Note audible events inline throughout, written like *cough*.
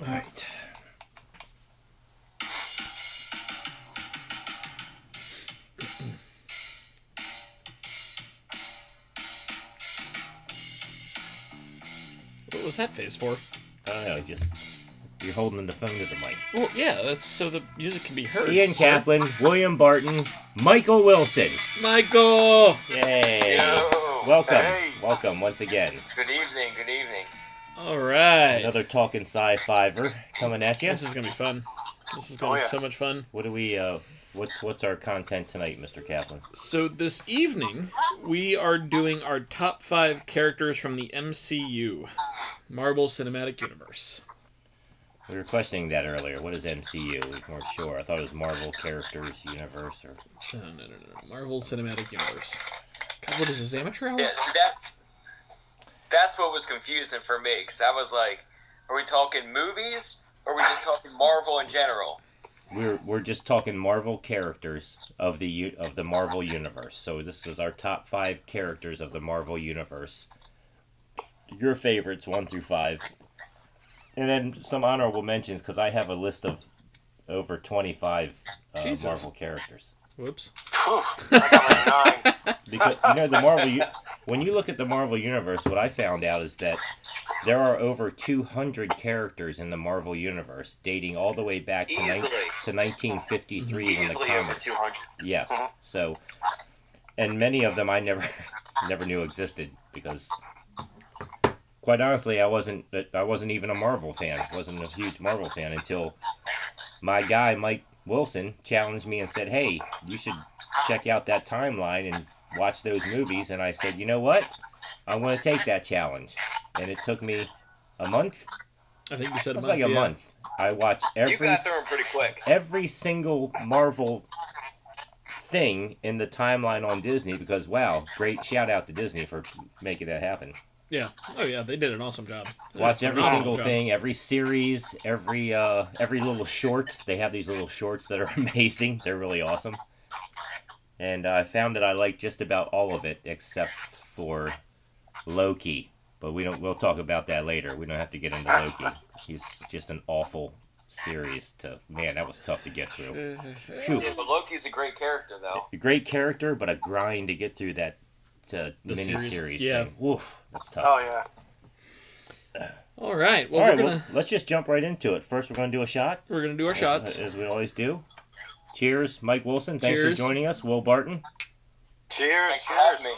All right. What was that phase for? Oh, just you're holding the phone to the mic. Well, yeah, that's so the music can be heard. Ian So- Kaplan, William Barton, Michael Wilson. Michael! Yay! Yo. Welcome, Hey. welcome once again. Good evening. Good evening. All right. Another talking sci-fiver coming at you. This is gonna be fun. This is gonna Oh, be yeah. so much fun. What do we? Uh, what's what's our content tonight, Mr. Kaplan? So this evening we are doing our top five characters from the MCU, Marvel Cinematic Universe. We were questioning that earlier. What is MCU? We weren't sure. I thought it was Marvel Characters Universe or No, no, no, no, no. Marvel Cinematic Universe. God, what is this amateur hour? Yeah, see that. That's what was confusing for me because I was like, "Are we talking movies? Or are we just talking Marvel in general?" we're we're just talking Marvel characters of the u- of the Marvel universe. So this is our top five characters of the Marvel universe. Your favorites one through five, and then some honorable mentions because I have a list of over twenty five uh, Jesus. Marvel characters. Whoops. Phew, I got like nine. Because you know the Marvel, u- when you look at the Marvel universe, what I found out is that there are over two hundred characters in the Marvel universe, dating all the way back to, nine Easily. to nineteen fifty three when the Easily over comics. two hundred. Yes. Uh-huh. So, and many of them I never *laughs* never knew existed because, quite honestly, I wasn't I wasn't even a Marvel fan. wasn't a huge Marvel fan until my guy Mike Wilson challenged me and said, "Hey, you should check out that timeline and watch those movies." And I said, "You know what? I'm going to take that challenge." And it took me a month. I think you said It a was month. like a yeah. month. I watched every You got through them pretty quick. every single Marvel thing in the timeline on Disney because wow, great shout out to Disney for making that happen. Yeah. Oh yeah, they did an awesome job. They did Watch a every phenomenal single job. thing, every series, every uh every little short. They have these little shorts that are *laughs* amazing. They're really awesome. And I found that I like just about all of it except for Loki. But we don't we'll talk about that later. We don't have to get into Loki. He's just an awful series to man, that was tough to get through. Phew. Yeah, but Loki's a great character though. a great character, but a grind to get through that to The mini series, series yeah. thing. Oof, that's tough. Oh, yeah. All right. Well, All right, we're gonna well, let's just jump right into it. First, we're going to do a shot, we're gonna do our shots. as, as we always do. Cheers, Mike Wilson. Thanks Cheers. for joining us, Will Barton. Cheers. Thanks for having me.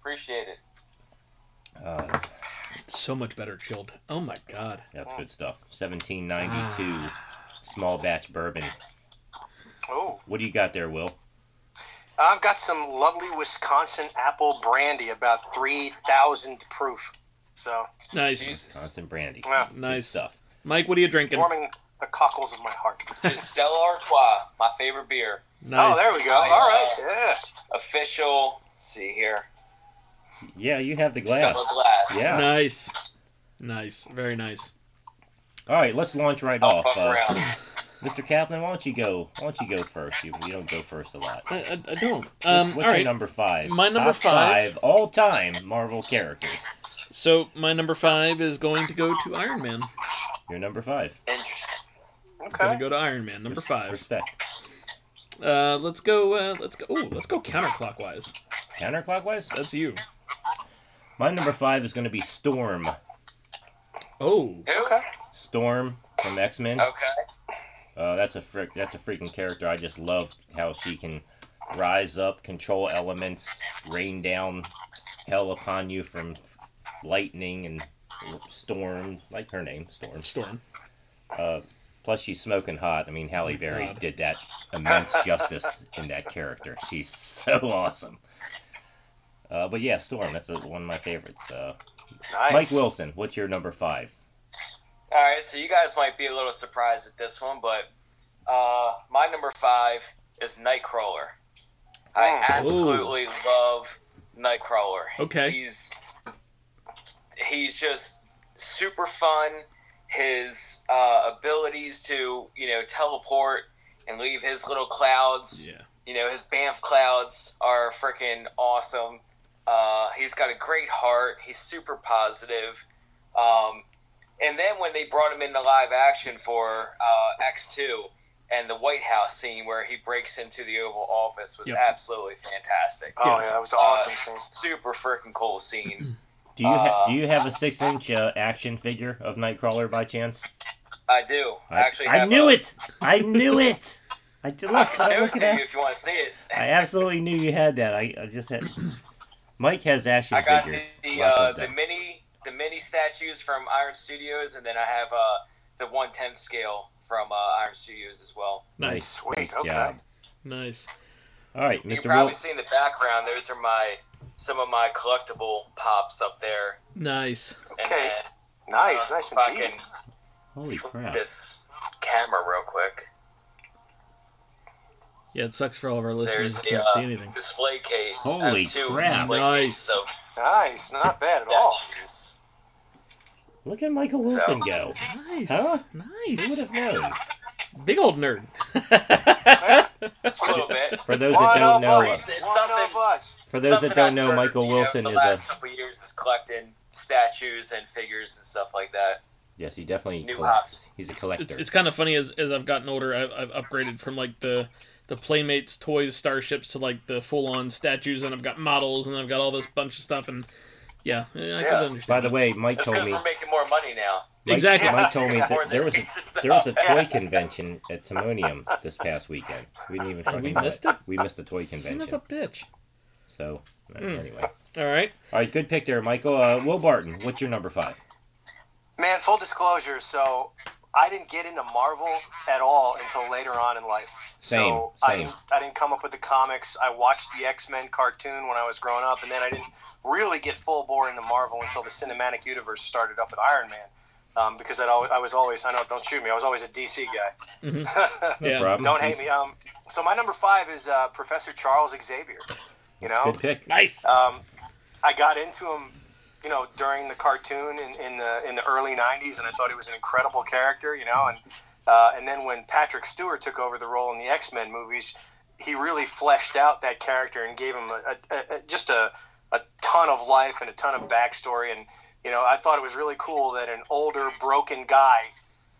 Appreciate it. Uh, that's, So much better chilled. Oh my god. that's good stuff. 1792 Ah. small batch bourbon. Oh, What do you got there, Will? I've got some lovely Wisconsin apple brandy, about three thousand proof. So Nice. Jesus. Wisconsin brandy. yeah, Good Nice. stuff. Mike, what are you drinking? warming the cockles of my heart. *laughs* Giselle Artois, my favorite beer. Nice. Oh, there we go. All right, yeah. Official. Let's see here. Yeah, you have the glass. Double glass. Yeah. Nice. Nice. Very nice. All right, let's launch right I'll off. Oh, fuck Uh, around. Mr. Kaplan, why don't you go? Why don't you go first? You, you don't go first a lot. I, I, I don't. Um, What's all your right. number five? My number Top five- all time Marvel characters. So my number five is going to go to Iron Man. Your number five. Interesting. Gonna Okay. go to Iron Man. Number Res- five. Respect. Uh, let's go. Uh, let's go. Ooh, let's go counterclockwise. Counterclockwise. That's you. My number five is going to be Storm. Oh. Who? Okay. Storm from X Men. Okay. Uh, that's a frick. That's a freaking character. I just love how she can rise up, control elements, rain down hell upon you from lightning and storm. Like her name, Storm. Storm. Plus, she's smoking hot. I mean, Halle Berry God. did that immense justice in that character. She's *laughs* so awesome. Uh, but yeah, Storm. That's a, one of my favorites. Uh, Mike Nice. Wilson. What's your number five? All right, so you guys might be a little surprised at this one, but uh, my number five is Nightcrawler. Oh. I absolutely love Nightcrawler. Okay. He's he's just super fun. His uh, abilities to you know teleport and leave his little clouds, Yeah. you know, his Banff clouds are freaking awesome. Uh, he's got a great heart. He's super positive. Um, And then when they brought him into live action for uh, X2 and the White House scene where he breaks into the Oval Office was Yep. absolutely fantastic. Oh Yes. yeah, that was an awesome Uh, scene. Super freaking cool *clears throat* scene. Do you ha- Uh, do you have a six inch uh, action figure of Nightcrawler by chance? I do. I, I, actually I have knew a- it. I *laughs* knew it. I did, I look. can show I, it look at to you that. if you want to see it. I absolutely knew you had that. I, I just had. Mike has action I got the, figures. the, Lots uh, of the them. mini the mini statues from Iron Studios, and then I have uh, the one tenth scale from uh, Iron Studios as well. Nice. Sweet, okay. Nice. All right, You've Mr. probably Will. seen the background. Those are my some of my collectible pops up there. Nice. And Okay, then, nice, uh, nice if I indeed. can Holy flip crap! This camera real quick. Yeah, it sucks for all of our listeners There's who the can't uh, see anything. display case. Holy I have two crap. display Nice. cases of Nice, not bad at all. statues. Look at Michael Wilson go. Nice. Huh? Who would Nice. have known? Big old nerd. *laughs* A little bit. For those that One don't of know, uh, us, It's one of something- us. for those that Something don't I've know, heard, Michael you know, Wilson the is a last couple of years is collecting statues and figures and stuff like that. yes, he definitely New collects. house. He's a collector. It's, it's kind of funny as, as I've gotten older, I've, I've upgraded from like the the Playmates toys, starships to like the full on statues, and I've got models, and I've got all this bunch of stuff, and yeah, I yeah. Yeah. could understand. By the way, Mike That's told because me we're making more money *laughs* now. Mike, Exactly. Mike told *laughs* me More that than there was a pieces there was a of- toy convention at Timonium this past weekend. We didn't even fucking we know missed it? We missed the toy Son of convention. a bitch. So uh, Mm. anyway, all All right. right, good pick there, Michael. Uh, Will Barton, what's your number five? Man, full disclosure, so I didn't get into Marvel at all until later on in life. Same, so I, same. didn't, I didn't come up with the comics. I watched the X Men cartoon when I was growing up, and then I didn't really get full bore into Marvel until the cinematic universe started up with Iron Man. Um, because I'd always, I was always, I know, don't shoot me, I was always a DC guy. Yeah. Problem? Don't hate me. Um, so my number five is uh, Professor Charles Xavier. You know, Good pick. Nice. um, I got into him, you know, during the cartoon in, in the in the early '90s, and I thought he was an incredible character, you know. And uh, and then when Patrick Stewart took over the role in the X Men movies, he really fleshed out that character and gave him a, a, a, just a a ton of life and a ton of backstory. And you know, I thought it was really cool that an older, broken guy.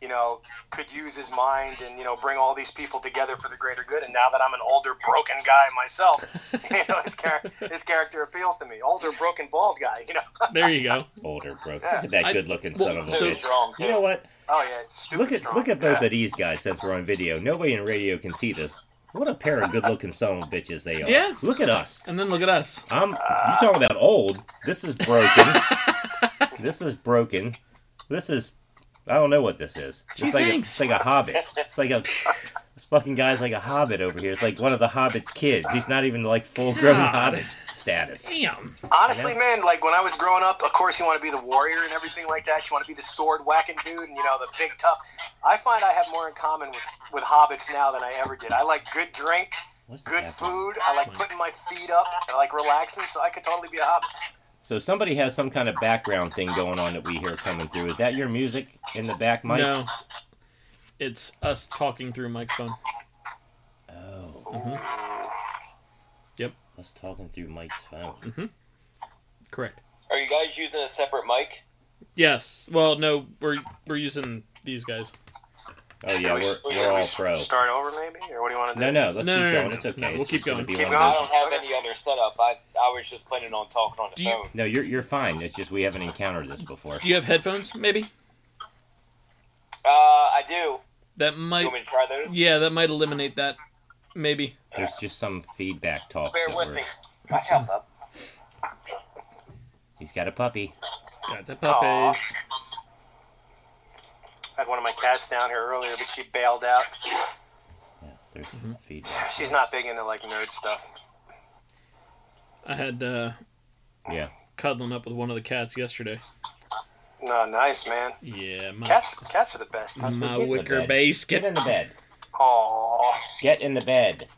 You know, could use his mind and you know bring all these people together for the greater good. And now that I'm an older, broken guy myself, *laughs* you know, his, char- his character appeals to me. Older, broken, bald guy, you know. There you go. Older, bro. Look at that I- good-looking well, son of a so- bitch. strong. You know what? Oh yeah, stupid Look at strong. look at both yeah. of these guys since we're on video. Nobody in radio can see this. What a pair of good-looking son of bitches they are. Yeah. Look at us. And then look at us. I'm you talking about old. This is *laughs* broken. this is broken. This is I don't know what this is. Gee, like a, thanks. it's like a hobbit. It's like a this fucking guy's like a hobbit over here. It's like one of the hobbit's kids. He's not even like full grown God. hobbit status. Damn. Honestly, Yeah. man, like when I was growing up, of course you want to be the warrior and everything like that. You want to be the sword whacking dude and you know the big tough. I find I have more in common with with hobbits now than I ever did. I like good drink, What's good happening? food. I like putting my feet up. I like relaxing, so I could totally be a hobbit. So somebody has some kind of background thing going on that we hear coming through. Is that your music in the back, Mike? No. It's us talking through Mike's phone. Oh, Yep. us talking through Mike's phone. Correct. Are you guys using a separate mic? Yes. Well, no, we're we're using these guys. Oh yeah, Should we- we're, should we're we all pro. Start over maybe, or what do you want to do? No, no, let's No, keep no, no, going. no, it's no, okay. we'll It's keep just gonna going. be Keep one of going. I those- don't have any other setup. I I was just planning on talking on the Do you- phone. No, you're you're fine. It's just we haven't encountered this before. Do you have headphones? Maybe Uh, I do. that You might. want me to try those? Yeah, that might eliminate that. Maybe. There's just some feedback talk. Bear that with we're- me. Watch out, bub. He's got a puppy. Got the Aw. puppies. I had one of my cats down here earlier, but she bailed out. *laughs* Yeah, there's Mm-hmm. some feedback. She's not big into like nerd stuff. I had uh, Yeah. cuddling up with one of the cats yesterday. No, nice man. Yeah, my Cats, cats are the best. my Get in the wicker bed. Get basket. in the bed. Aww. Get in the bed.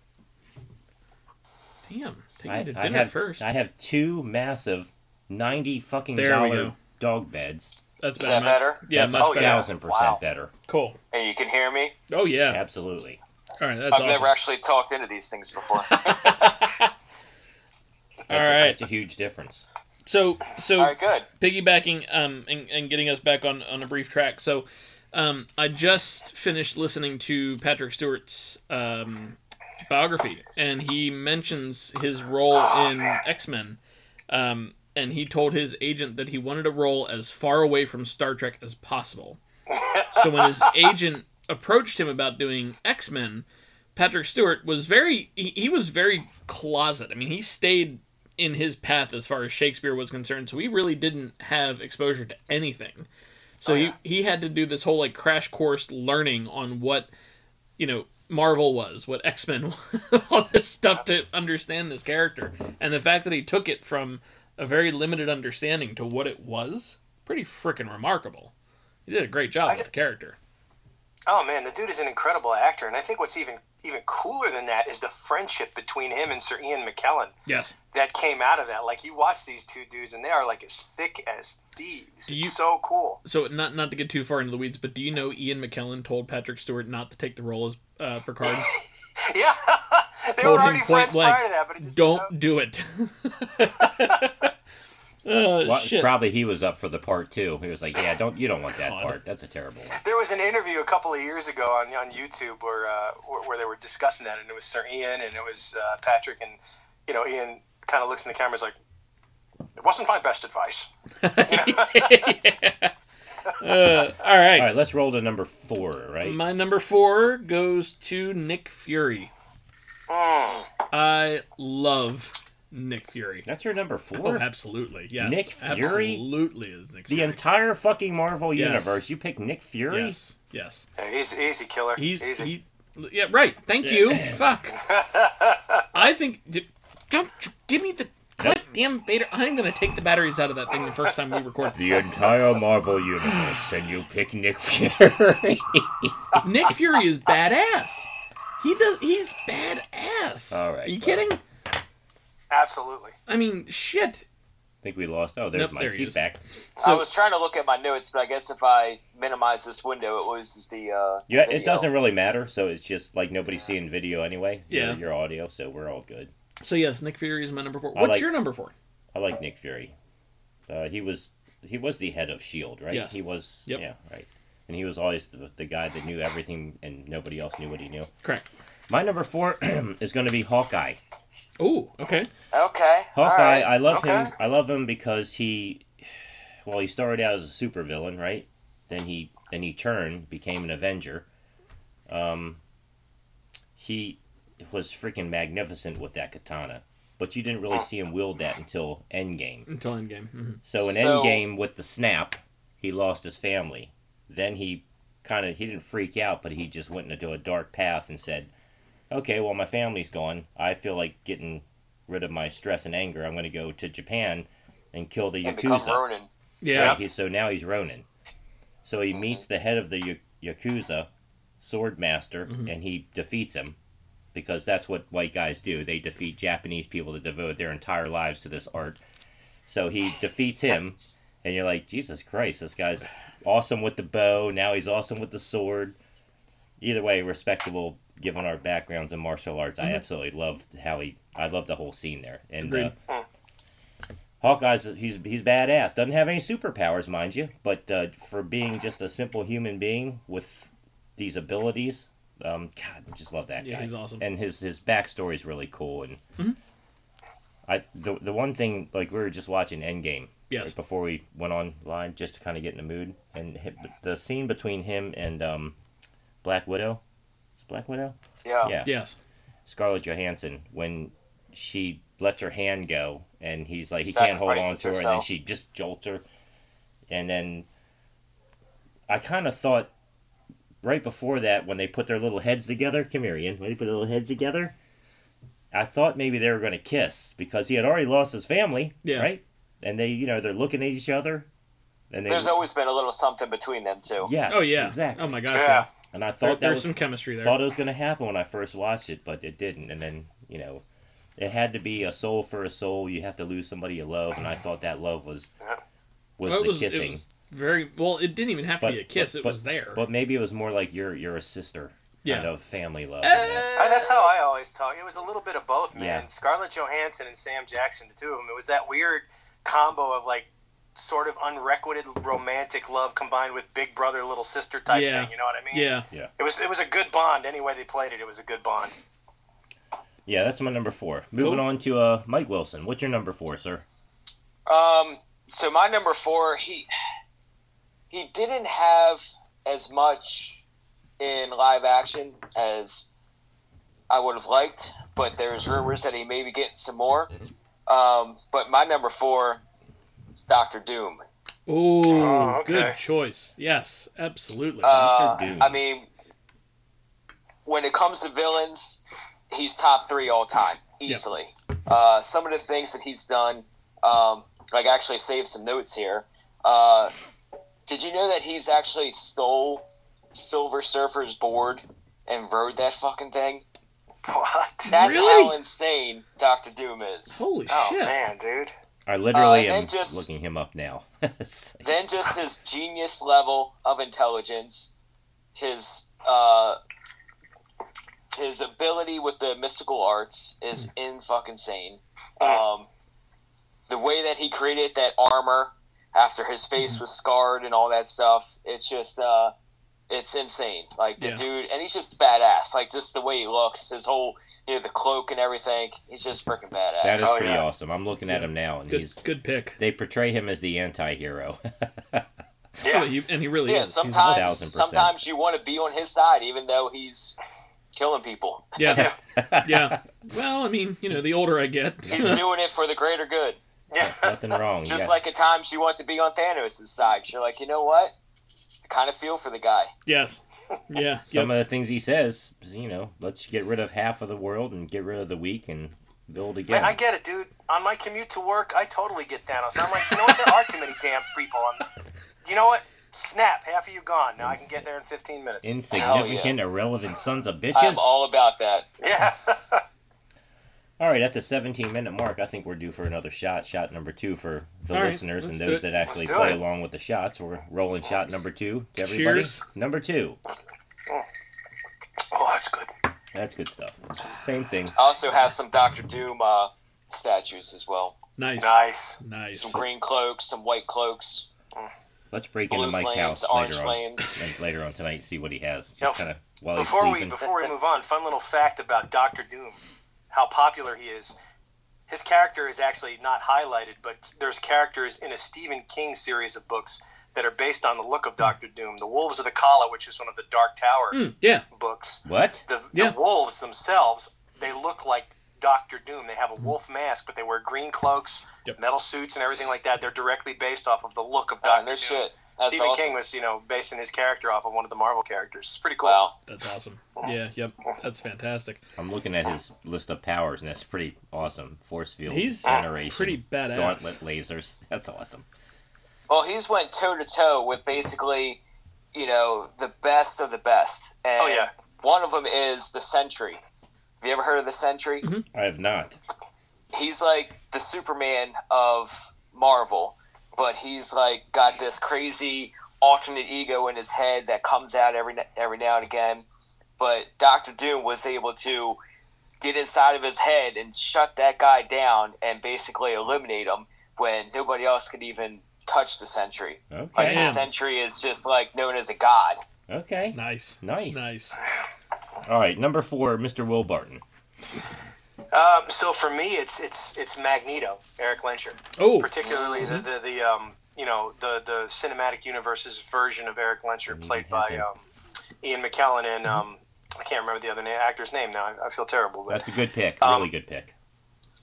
Damn. Take I, me to I dinner have first. I have two massive ninety fucking There we dollar go. dog beds. That's Is better. that Mike. better? Yeah, That's much oh, better. a thousand percent Wow. better. Cool. Hey, you can hear me. Oh yeah. Absolutely. All right. That's I've awesome. never actually *laughs* talked into these things before. That's a, right. That's a huge difference. So so All right, good. piggybacking um and, and getting us back on on a brief track so um i just finished listening to patrick stewart's um biography and he mentions his role in x-men um and he told his agent that he wanted a role as far away from star trek as possible so when his agent approached him about doing x-men patrick stewart was very he, he was very closet i mean he stayed in his path as far as Shakespeare was concerned, so he really didn't have exposure to anything. So he, he had to do this whole like crash course learning on what you know Marvel was, what X *laughs* Men, all this stuff to understand this character, and the fact that he took it from a very limited understanding to what it was, pretty freaking remarkable. He did a great job with the character. Oh man, the dude is an incredible actor, and I think what's even even cooler than that is the friendship between him and Sir Ian McKellen Yes. that came out of that. Like you watch these two dudes, and they are like as thick as thieves. you- It's so cool. *laughs* So not not to get too far into the weeds, but do you know Ian McKellen told Patrick Stewart not to take the role as uh, Picard? Yeah, *laughs* they Told were him already point friends blank, prior to that, but it just don't do it. *laughs* oh Well, shit! probably he was up for the part too. He was like, "Yeah, don't you don't want that God. part. That's a terrible one." There was an interview a couple of years ago on, on YouTube where, uh, where where they were discussing that, and it was Sir Ian and it was uh, Patrick, and you know Ian kind of looks in the camera, is like, "It wasn't my best advice." Uh, all, right. All right, let's roll to number four. Right? my number four goes to Nick Fury. Mm. I love Nick Fury. That's your number four. Oh, absolutely. Yes, Nick Fury? absolutely is Nick the Fury. entire fucking Marvel Yes. universe. You pick Nick Fury. yes, yes. Yeah, he's easy killer. He's easy. he. Yeah, right. Thank you. *laughs* Fuck. I think. Don't you give me the goddamn Vader. I'm gonna take the batteries out of that thing the first time we record. The entire Marvel universe, and you pick Nick *laughs* Fury. Nick Fury is badass. He does. He's badass. All right, Are you well. kidding? Absolutely. I mean, shit. I think we lost. Oh, there's Nope, Mike. there he He's is. back. So- I was trying to look at my notes, but I guess if I minimize this window, it loses the. Uh, Yeah, it Oh, video. doesn't really matter. So it's just like nobody's seeing video anyway. Yeah. Your, your audio, so we're all good. So yes, Nick Fury is my number four. I What's like- your number four? I like Nick Fury. Uh, he was he was the head of Shield, E right? Yes. He was. Yep. Yeah. Right. And he was always the, the guy that knew everything, and nobody else knew what he knew. Correct. My number four *clears throat* is going to be Hawkeye. Oh, okay. Okay. all Hawkeye, right. I love Okay. him. I love him because he, well, he started out as a supervillain, right? Then he then he turned, became an Avenger. Um, he was freaking magnificent with that katana, but you didn't really see him wield that until Endgame. Until Endgame. Mhm. So in So- Endgame, with the snap, he lost his family. Then he kind of he didn't freak out, but he just went into a dark path and said, "Okay, well my family's gone. I feel like getting rid of my stress and anger. I'm going to go to Japan and kill the and become yakuza." Ronin. Yeah. Right, he's- so now he's Ronin. So Mm-hmm. he meets the head of the Ya- yakuza, sword master, and he defeats him. Because that's what white guys do. They defeat Japanese people that devote their entire lives to this art. So he defeats him, and you're like, Jesus Christ, this guy's awesome with the bow. Now he's awesome with the sword. Either way, respectable given our backgrounds in martial arts. I absolutely loved how he. I love the whole scene there. And uh, Mm-hmm. Agreed. Hawkeye's he's he's badass. Doesn't have any superpowers, mind you, but uh, for being just a simple human being with these abilities, um, God, I just love that Yeah, guy. he's awesome. And his his backstory is really cool. And I the the one thing like we were just watching Endgame Yes. right before we went online just to kind of get in the mood and hit, the scene between him and um, Black Widow, Is it Black Widow, Yeah. yeah, Yes. Scarlett Johansson when she lets her hand go and he's like he can't hold on to Sacrifices her and then herself. she just jolts her and then I kind of thought right before that when they put their little heads together come here Ian when they put their little heads together I thought maybe they were going to kiss because he had already lost his family Yeah. right and they you know they're looking at each other and they There's always been a little something between them too. yes Oh yeah. exactly Oh my gosh. Yeah. yeah. and I thought There, that there's was some chemistry there. thought it was going to happen when I first watched it, but it didn't. And then, you know, it had to be a soul for a soul. You have to lose somebody you love, and I thought that love was was Well, the it was, kissing. It was very well. It didn't even have to But- be a kiss. but- it was there. But maybe it was more like you're you're a sister Yeah. Eh. kind of family love. and that. I- Oh, that's how I always talk. It was a little bit of both, man. Yeah. Scarlett Johansson and Sam Jackson, the two of them. It was that weird combo of like sort of unrequited romantic love combined with big brother little sister type Yeah. thing. You know what I mean? Yeah. Yeah. It was it was a good bond. Any way they played it, it was a good bond. Yeah, that's my number four. Moving Cool. on to uh, Mike Wilson. What's your number four, sir? Um, so my number four, he he didn't have as much in live action as I would have liked, but there's rumors that he may be getting some more. Um, but my number four is Doctor Doom. Ooh, Oh, okay. good choice. Yes, absolutely. Uh, Dr. Doom. I mean, when it comes to villains, he's top three all time, easily. Uh, some of the things that he's done, um, like I actually saved some notes here. Uh, did you know that he's actually stole Silver Surfer's board and rode that fucking thing? What? That's Really? how insane Doctor Doom is. Holy oh, shit. Man, dude. I literally and am just- looking him up now. *laughs* It's like- then just his genius level of intelligence, his uh, his ability with the mystical arts Hmm. is in fucking sane. Um, the way that he created that armor after his Hmm. face was scarred and all that stuff, it's just uh, it's insane. Like the Yeah. dude, and he's just badass. Like just the way he looks, his whole you know the cloak and everything. He's just freaking badass. That is Oh, pretty yeah. awesome. I'm looking at him now, and Good, he's good pick. they portray him as the anti-hero. *laughs* Oh, Yeah. he, and he really yeah, is. He's awesome. sometimes 1000%. sometimes you want to be on his side, even though he's killing *laughs* people. Yeah, *laughs* yeah. Well, I mean, you know, the older I get, He's doing it for the greater good. Yeah. Nothing *laughs* wrong. Just yeah. like at times you want to be on Thanos' side. You're like, you know what? I kind of feel for the guy. *laughs* yes, *laughs* yeah, some yep. of the things he says, is, you know, let's get rid of half of the world and get rid of the weak and build again. Man, I get it, dude. On my commute to work, I totally get Thanos. I'm like, you know what? There are too many damn people. I'm, you know what? Snap, half of you gone. Now I can get there in 15 minutes. Insignificant, irrelevant sons of I bitches. am all about that. yeah. *laughs* All right, at the 17 minute mark, I think we're due for another shot. Shot number two for the All right, listeners and let's do those it. that actually Let's do play it. along with the shots. We're rolling shot number two to everybody. Cheers. Number two. oh, that's good. That's good stuff. Same thing. I also have some Doctor Doom uh, statues as well. nice, Nice. nice. Some green cloaks, some white cloaks, Let's break blue into Mike's flames, house orange later on, flames. like, later on tonight. See what he has. Now, Just kind of while Oh, he's Before we sleeping. before we move on, fun little fact about Doctor Doom, how popular he is. His character is actually not highlighted, but there's characters in a Stephen King series of books that are based on the look of Doctor Doom. The Wolves of the Kala, which is one of the Dark Tower Mm, yeah, books, What? the, Yeah. the wolves themselves they look like Doctor Doom. They have a wolf mask, but they wear green cloaks, Mm-hmm. Yep. metal suits, and everything like that. They're directly based off of the look of Oh, Doctor no Doom. shit. That's Stephen awesome. King was, you know, basing his character off of one of the Marvel characters. It's pretty cool. Wow. that's awesome. Yeah, yep, that's fantastic. I'm looking at his list of powers, and that's pretty awesome. Force field, He's generation, pretty badass. gauntlet lasers. *laughs* That's awesome. Well, he's went toe to toe with basically, you know, the best of the best. And Oh, yeah. One of them is the Sentry. Have you ever heard of the Sentry? I have not. He's like the Superman of Marvel, but he's like got this crazy alternate ego in his head that comes out every n- every now and again. But Doctor Doom was able to get inside of his head and shut that guy down and basically eliminate him when nobody else could even touch the Sentry. Like Okay. Damn. the Sentry is just like known as a god. Okay. Nice, Nice. nice. All right. Number four, Mr. Will Barton. Um, so for me, it's it's it's Magneto, Eric Lencher, Oh, particularly the Mm-hmm. the, the um, you know the the cinematic universe's version of Eric Mm-hmm. Lencher, played by um, Ian McKellen and Mm-hmm. um, I can't remember the other na- actor's name now. I, I feel terrible, but That's a good pick. Um, really good pick.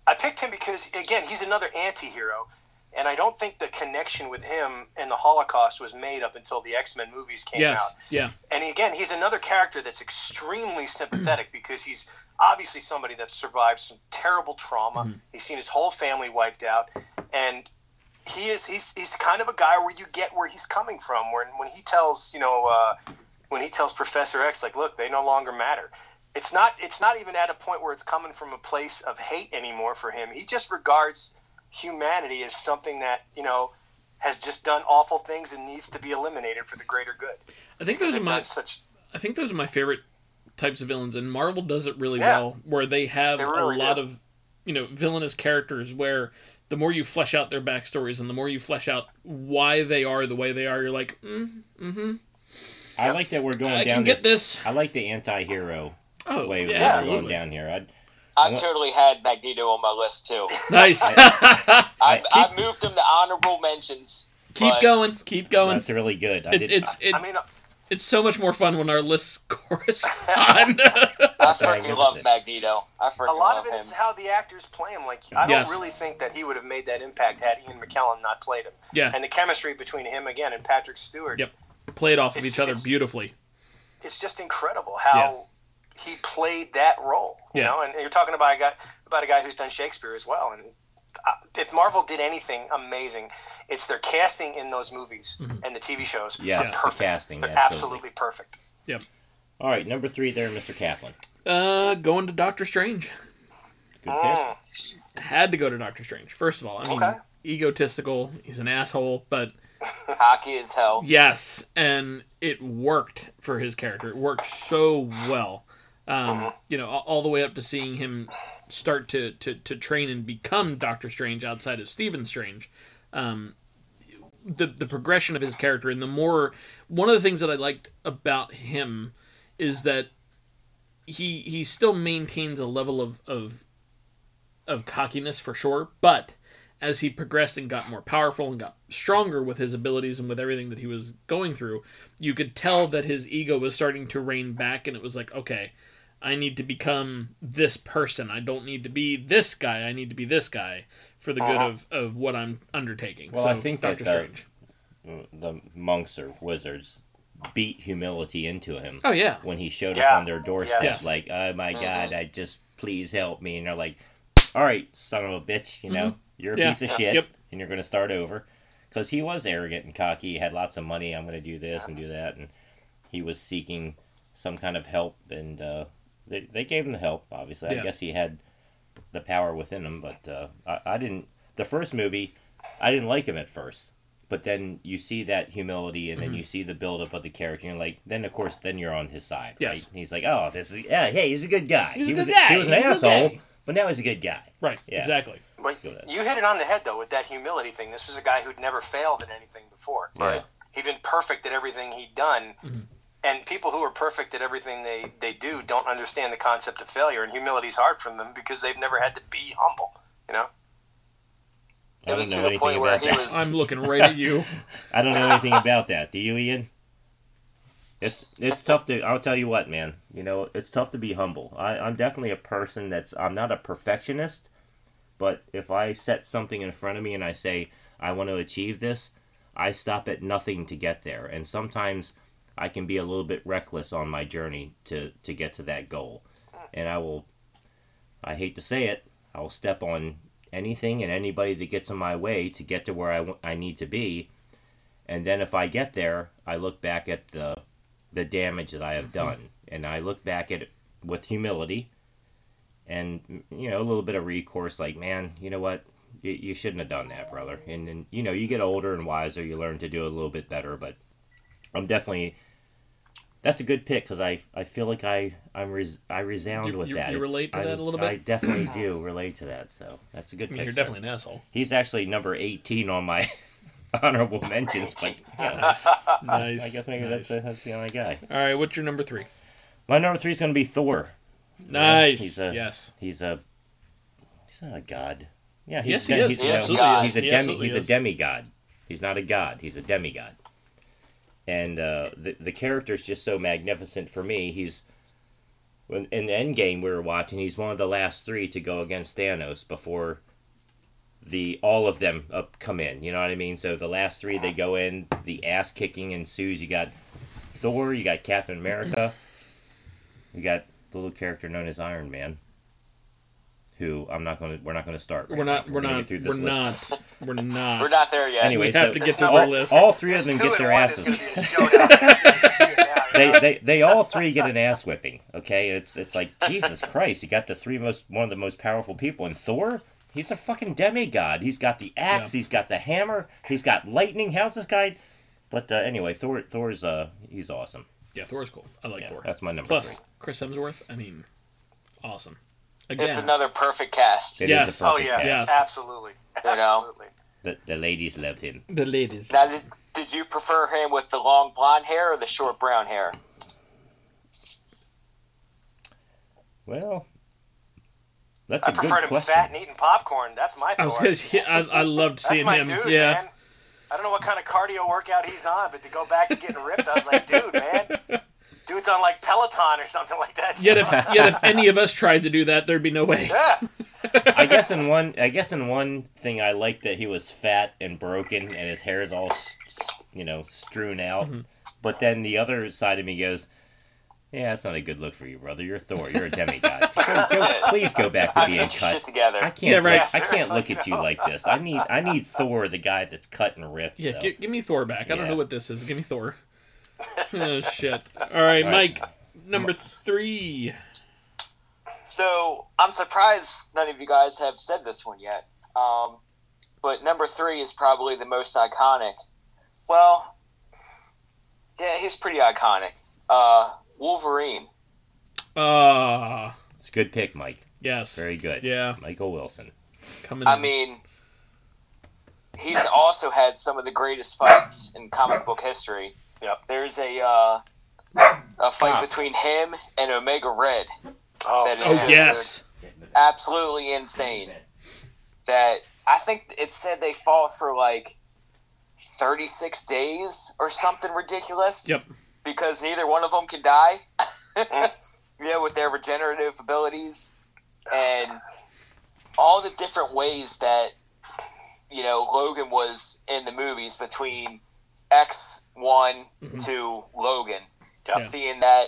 I picked him because again, he's another anti-hero. And I don't think the connection with him and the Holocaust was made up until the X-Men movies came yes, out. yeah, And again, he's another character that's extremely sympathetic *clears throat* because he's obviously somebody that survived some terrible trauma. He's seen his whole family wiped out and he is he's, he's kind of a guy where you get where he's coming from when when he tells, you know, uh, when he tells Professor X like, "Look, they no longer matter." It's not it's not even at a point where it's coming from a place of hate anymore for him. He just regards humanity as something that, you know, has just done awful things and needs to be eliminated for the greater good. I think those Because are they've my done such I think those are my favorite types of villains, and Marvel does it really Yeah. well, where they have They really a lot do. of you know villainous characters where the more you flesh out their backstories and the more you flesh out why they are the way they are, you're like, mm, I like that we're going I down can get this. I like the anti-hero Oh, way that we're yeah, going absolutely. down here. I, I What? totally had Magneto on my list too. Nice. I, *laughs* Right, I keep- moved him to honorable mentions. *laughs* keep but going. Keep going. that's really good. I It, did, it's it, I mean, uh, it's so much more fun when our lists *laughs* correspond. *laughs* I That's freaking love magnificent. Magneto. I freaking a lot love of it him. is how the actors play him. Like, I don't Yes. really think that he would have made that impact had Ian McKellen not played him. yeah, And the chemistry between him again and Patrick Stewart, Yep. played off of It's- each other it's- beautifully. it's just incredible how he played that role. You Yeah. know, and you're talking about a guy about a guy who's done Shakespeare as well. And uh, if Marvel did anything amazing, it's their casting in those movies Mm-hmm. and the TV shows. Yes, are the perfect. casting, They're absolutely. absolutely perfect. All right, number three there, Mr. Kaplan. Uh, going to Doctor Strange. Good pick. Mm. Had to go to Doctor Strange. First of all, I mean, Okay. egotistical. He's an asshole, but Hockey as hell. Yes, and it worked for his character. It worked so well. Um, you know, a- all the way up to seeing him start to, to, to train and become Doctor Strange outside of Stephen Strange. Um, the, the progression of his character, and the more. One of the things that I liked about him is that he he still maintains a level of, of of cockiness for sure, but as he progressed and got more powerful and got stronger with his abilities and with everything that he was going through, you could tell that his ego was starting to rein back and it was like, okay, I need to become this person. I don't need to be this guy. I need to be this guy for the good of, of what I'm undertaking. Uh-huh. Well, so, I think that, Doctor uh, Strange. Mm. The monks or wizards beat humility into him Oh yeah. when he showed Yeah. up on their doorstep. Yes. Mm-hmm. Like, oh my god, I just please help me, and they're like, all right, son of a bitch, you know, you're a Mm-hmm. Yeah. piece of shit, Yep. and you're gonna start over. Because he was arrogant and cocky, had lots of money. I'm gonna do this and do that, and he was seeking some kind of help, and uh, they they gave him the help. Obviously, Yeah. I guess he had the power within him, but uh, I, I didn't. The first movie, I didn't like him at first, but then you see that humility, and Mm-hmm. then you see the buildup of the character, and you're like, then of course, then you're on his side, Yes. right? And he's like, oh, this is yeah, hey, he's a good guy. He's a he was good guy. he was an He's a good asshole, guy. but now he's a good guy. Right. Yeah. *laughs* Exactly. But Go ahead. you hit it on the head though with that humility thing. This was a guy who'd never failed at anything before. Right. He'd been perfect at everything he'd done. Mm-hmm. And people who are perfect at everything they, they do don't understand the concept of failure and humility's hard for them because they've never had to be humble, you know? I It was don't know anything to the point where about he that. was. I'm looking right at you. I don't know anything about that. Do you, Ian? It's it's tough to. I'll tell you what, man. You know, it's tough to be humble. I, I'm definitely a person that's. I'm not a perfectionist, but if I set something in front of me and I say I want to achieve this, I stop at nothing to get there. And sometimes I can be a little bit reckless on my journey to to get to that goal. And I will. I hate to say it. I will step on anything and anybody that gets in my way to get to where I, wa- I need to be and then if I get there, I look back at the the damage that I have Mm-hmm. done, and I look back at it with humility, and m- you know a little bit of recourse, like man, you know what, you, you shouldn't have done that, brother. And then you know you get older and wiser, you learn to do a little bit better. But I'm definitely that's a good pick because I I feel like I I'm res, I resound You- with you- that. you It's- relate to I- that a little bit? I definitely do relate to that. So that's a good. I mean, pick, you're sir. definitely an asshole. He's actually number 18 on my *laughs* honorable mentions. Like, yeah, Nice. Uh, I guess maybe that's, nice. that's the only guy. All right. What's your number three? My number three is going to be Thor. Nice. he's a- yes. He's a. He's not a god. Yeah, he's Yes, a he dem- is. He's, He no, absolutely is. he's a He demi. absolutely He's a is. demigod. He's not a god. He's a demigod. And uh, the the character's just so magnificent for me. He's when in Endgame we were watching. He's one of the last three to go against Thanos before the all of them up come in. You know what I mean? So the last three they go in. The ass kicking ensues. You got Thor. You got Captain America. You got the little character known as Iron Man. Who I'm not gonna. We're not gonna start. right We're not. now. We're gonna not. get through We're this list. not. We're not. We're not there yet. Anyway, We have so to get through all, the list. all three of them Two get and their one is gonna asses. be a showdown. You can see it now, you *laughs* They, know? they, they all three get an ass whipping. Okay, it's it's like Jesus Christ. You got the three most one of the most powerful people, and Thor. He's a fucking demigod. He's got the axe. He's got the hammer. He's got lightning. How's this guy? But uh, anyway, Thor Thor's uh he's awesome. Yeah, Thor's cool. I like Yeah, Thor. that's my number Plus three. Chris Hemsworth. I mean, awesome. Again, It's another perfect cast. It is Yes. a oh perfect yeah, cast. Yes. absolutely. You know? absolutely. The, the ladies love him. The ladies. Now, did, did you prefer him with the long blonde hair or the short brown hair? Well, that's a I preferred good him question. fat and eating popcorn. That's my I was thought. gonna say, I, I loved That's seeing my him. dude, yeah. man. I don't know what kind of cardio workout he's on, but to go back to getting ripped, I was like, dude, man, dude's on like Peloton or something like that. Yet *laughs* if yet if any of us tried to do that, there'd be no way. *laughs* yeah, I guess in one, I guess in one thing, I liked that he was fat and broken, and his hair is all, s- s- you know, strewn out. Mm-hmm. But then the other side of me goes, "Yeah, that's not a good look for you, brother. You're Thor. You're a *laughs* demigod. Go- please go back to I mean, being get your shit cut. together. I Yeah, can't. right. look- I can't Seriously, look at you no. like this. I need. I need Thor, the guy that's cut and ripped. *laughs* Yeah, so. gi- give me Thor back. I don't Yeah. know what this is. Give me Thor. oh shit! All right, All right. Mike, number three. So I'm surprised none of you guys have said this one yet. Um, but number three is probably the most iconic. Well, yeah, he's pretty iconic. Uh, Wolverine. Ah, it's a good pick, Mike. yes. Very good. Yeah, Michael Wilson. coming. I in. mean, he's also had some of the greatest fights in comic book history. Yep. There's a uh, a fight Ah. between him and Omega Red oh, That is- oh yes. absolutely insane. That I think it said they fought for like 36 days or something ridiculous. Yep. Because neither one of them can die. *laughs* yeah, with their regenerative abilities and all the different ways that you know Logan was in the movies between X one Mhm. to Logan. Yeah. Seeing that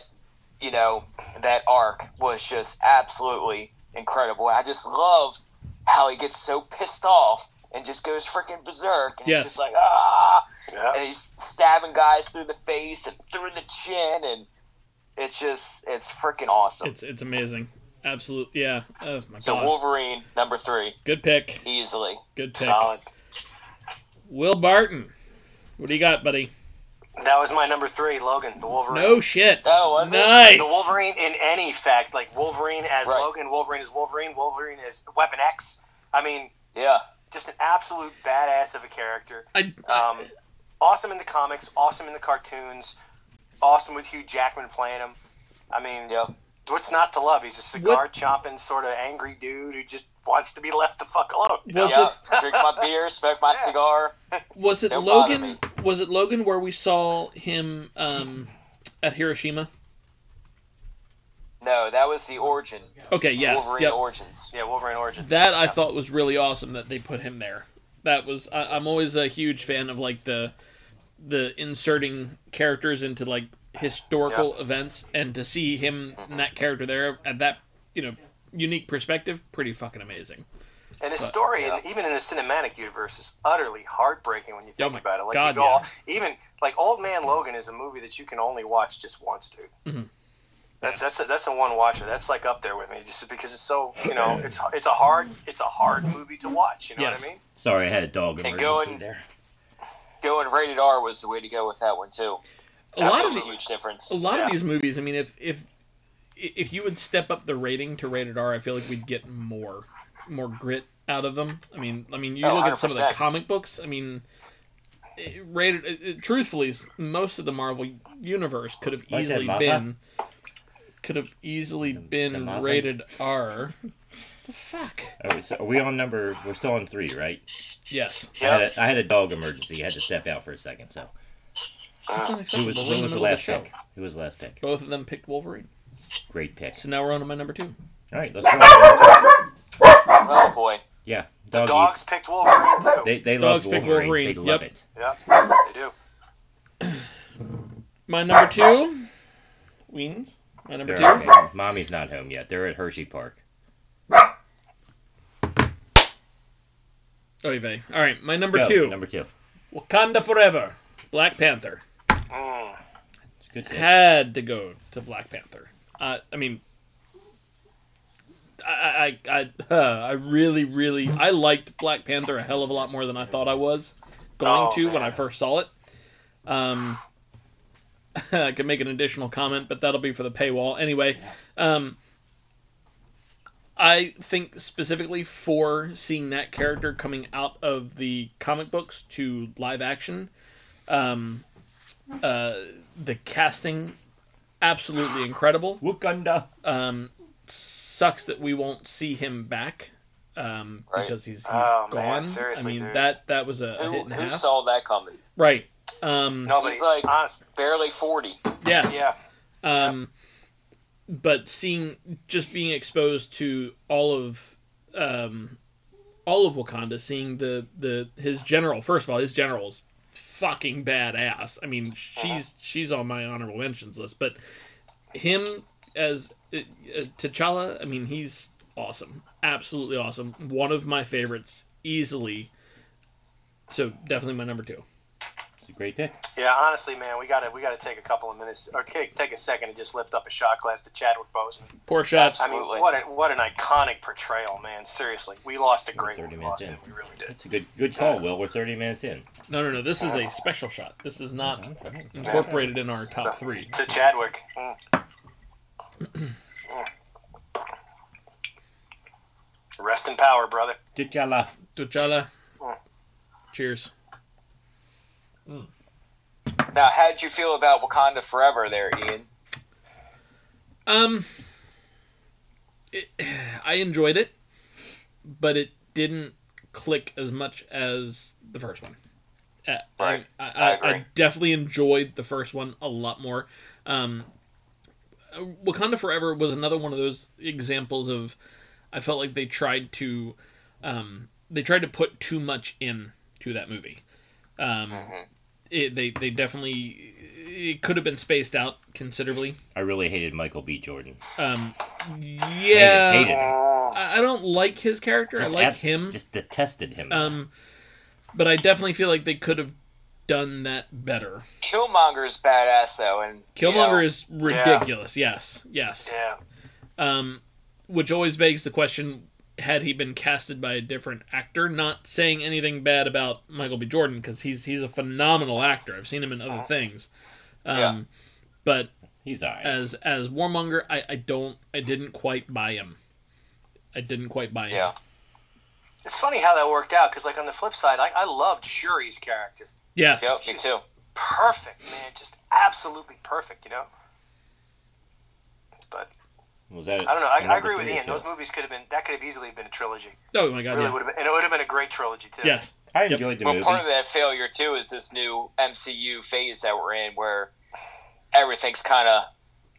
you know that arc was just absolutely incredible. I just love how he gets so pissed off and just goes freaking berserk and Yes. it's just like ah yeah. and he's stabbing guys through the face and through the chin and it's just it's freaking awesome. It's it's amazing. Absolute. Yeah. Oh my so god. Wolverine number 3 Good pick. easily. Good pick. Solid. Will Barton. What do you got, buddy? That was my number three, Logan, the Wolverine. No shit. That was it? nice. The Wolverine in any fact, like Wolverine as Right. Logan, Wolverine as Wolverine, Wolverine as Weapon X. I mean, Yeah. just an absolute badass of a character. I, I- Um, awesome in the comics, awesome in the cartoons, awesome with Hugh Jackman playing him. I mean, Yep. what's not to love? He's a cigar chomping sort of angry dude who just wants to be left the fuck alone. you know? Was yep. Drink my beer, smoke my cigar. was it Don't bother Logan? Was it Logan where we saw him um, at Hiroshima? No, that was the origin. Okay. Yes. Wolverine Yep. origins. Yeah, Wolverine Origins. That I thought was really awesome that they put him there. That was I, I'm always a huge fan of like the the inserting characters into like historical events, and to see him Mm-hmm. and that character there at that you know unique perspective, pretty fucking amazing. And his story, and even in the cinematic universe, is utterly heartbreaking when you think Oh my about it. Like God, you go all, even like Old Man Logan is a movie that you can only watch just once, dude. Mm-hmm. That's that's a, that's a one watcher. That's like up there with me, just because it's so *laughs* you know it's it's a hard it's a hard movie to watch. You know Yes. what I mean? Sorry, I had a dog emergency going- there. Going rated R was the way to go with that one too. A lot of Absolutely the, huge difference. a lot Yeah. of these movies. I mean, if if if you would step up the rating to rated R, I feel like we'd get more more grit out of them. I mean, I mean, you Oh, look at some of the 100%. comic books. I mean, it- rated. It, it- truthfully, s- most of the Marvel universe could have Why is that easily Mappa? been could have easily been Mappa? rated R. the fuck? Oh, so are we on number? We're still on three, right? Yes, I had, a, I had a dog emergency. I had to step out for a second. So it's Ah, who unacceptable. was We're who was in the the middle of the last show. pick? Who was the last pick? Both of them picked Wolverine. Great pick. So now we're on to my number two. All right, let's go. Oh boy. Yeah, The doggies. dogs picked Wolverine too. They they love Dogs pick Wolverine. Wolverine, They love yep. it. yeah, they do. My number two, Weens. My number They're two. okay. Mommy's not home yet. They're at Hershey Park. Oy vey. Oh, All right, my number Go, two, Number two. Wakanda Forever, Black Panther. Mm. It's a good pick. Had to go to Black Panther. Uh, I mean, I, I, I, uh, I really, really, I liked Black Panther a hell of a lot more than I thought I was going Oh, to when man. I first saw it. Um, *laughs* I can make an additional comment, but that'll be for the paywall anyway. Um, I think specifically for seeing that character coming out of the comic books to live action, um, uh, the casting absolutely incredible. Wakanda. Sucks that we won't see him back um, Right. because he's, he's Oh, man, gone. I seriously, mean dude. that that was a, a Who, hit and a who half. saw that coming? right. Um, Nobody. He's like- honest, Barely forty. Yes. yeah. Um, but seeing just being exposed to all of um, all of Wakanda, seeing the the his general. First of all, his general's fucking badass. I mean, she's she's on my honorable mentions list. But him as uh, uh, T'Challa, I mean, he's awesome, absolutely awesome. One of my favorites, easily. So definitely my number two. It's a great pick. Yeah, honestly, man, we gotta we gotta take a couple of minutes or ca- take a second and just lift up a shot glass to Chadwick Boseman. Poor shots. I mean, Absolutely. what a, what an iconic portrayal, man. Seriously, we lost a great 30 one, minutes Austin. in. We really did. That's a good good call, Will. We're 30 minutes in. No, no, no. This is a special shot. This is not Okay. incorporated in our top three. To Chadwick. Mm. Mm. Rest in power, brother. T'Challa. T'Challa. Cheers. Now, how'd you feel about Wakanda Forever, there, Ian? Um, it, *sighs* I enjoyed it, but it didn't click as much as the first one. Uh, Right. I, I I, I, agree. definitely enjoyed the first one a lot more. Um, Wakanda Forever was another one of those examples of I felt like they tried to um, they tried to put too much in to that movie. Um, Mm-hmm. it, they they definitely it could have been spaced out considerably. I really hated Michael B. Jordan. Um, yeah, Hated, hated him. Mm. I I don't like his character. I like abs- him. Just detested him. Um, but I definitely feel like they could have done that better. Killmonger is badass though, and you Killmonger know, is ridiculous. Yes, yes. Yeah. Um, which always begs the question: Had he been casted by a different actor? Not saying anything bad about Michael B. Jordan because he's he's a phenomenal actor. I've seen him in other things. Um, Uh-huh. Yeah. But He's all right. as as Warmonger, I, I don't I didn't quite buy him. I didn't quite buy him. yeah. It's funny how that worked out because, like, on the flip side, I, I loved Shuri's character. Yes. Yep, me too. Perfect, man. Just absolutely perfect, you know? But was that I don't know. I, I number agree with three or Ian. two? Those movies could have been, that could have easily been a trilogy. Oh my god. really yeah. would have been, and it would have been a great trilogy, too. Yes. I Yep. enjoyed the Well, movie. part of that failure too is this new MCU phase that we're in, where everything's kind of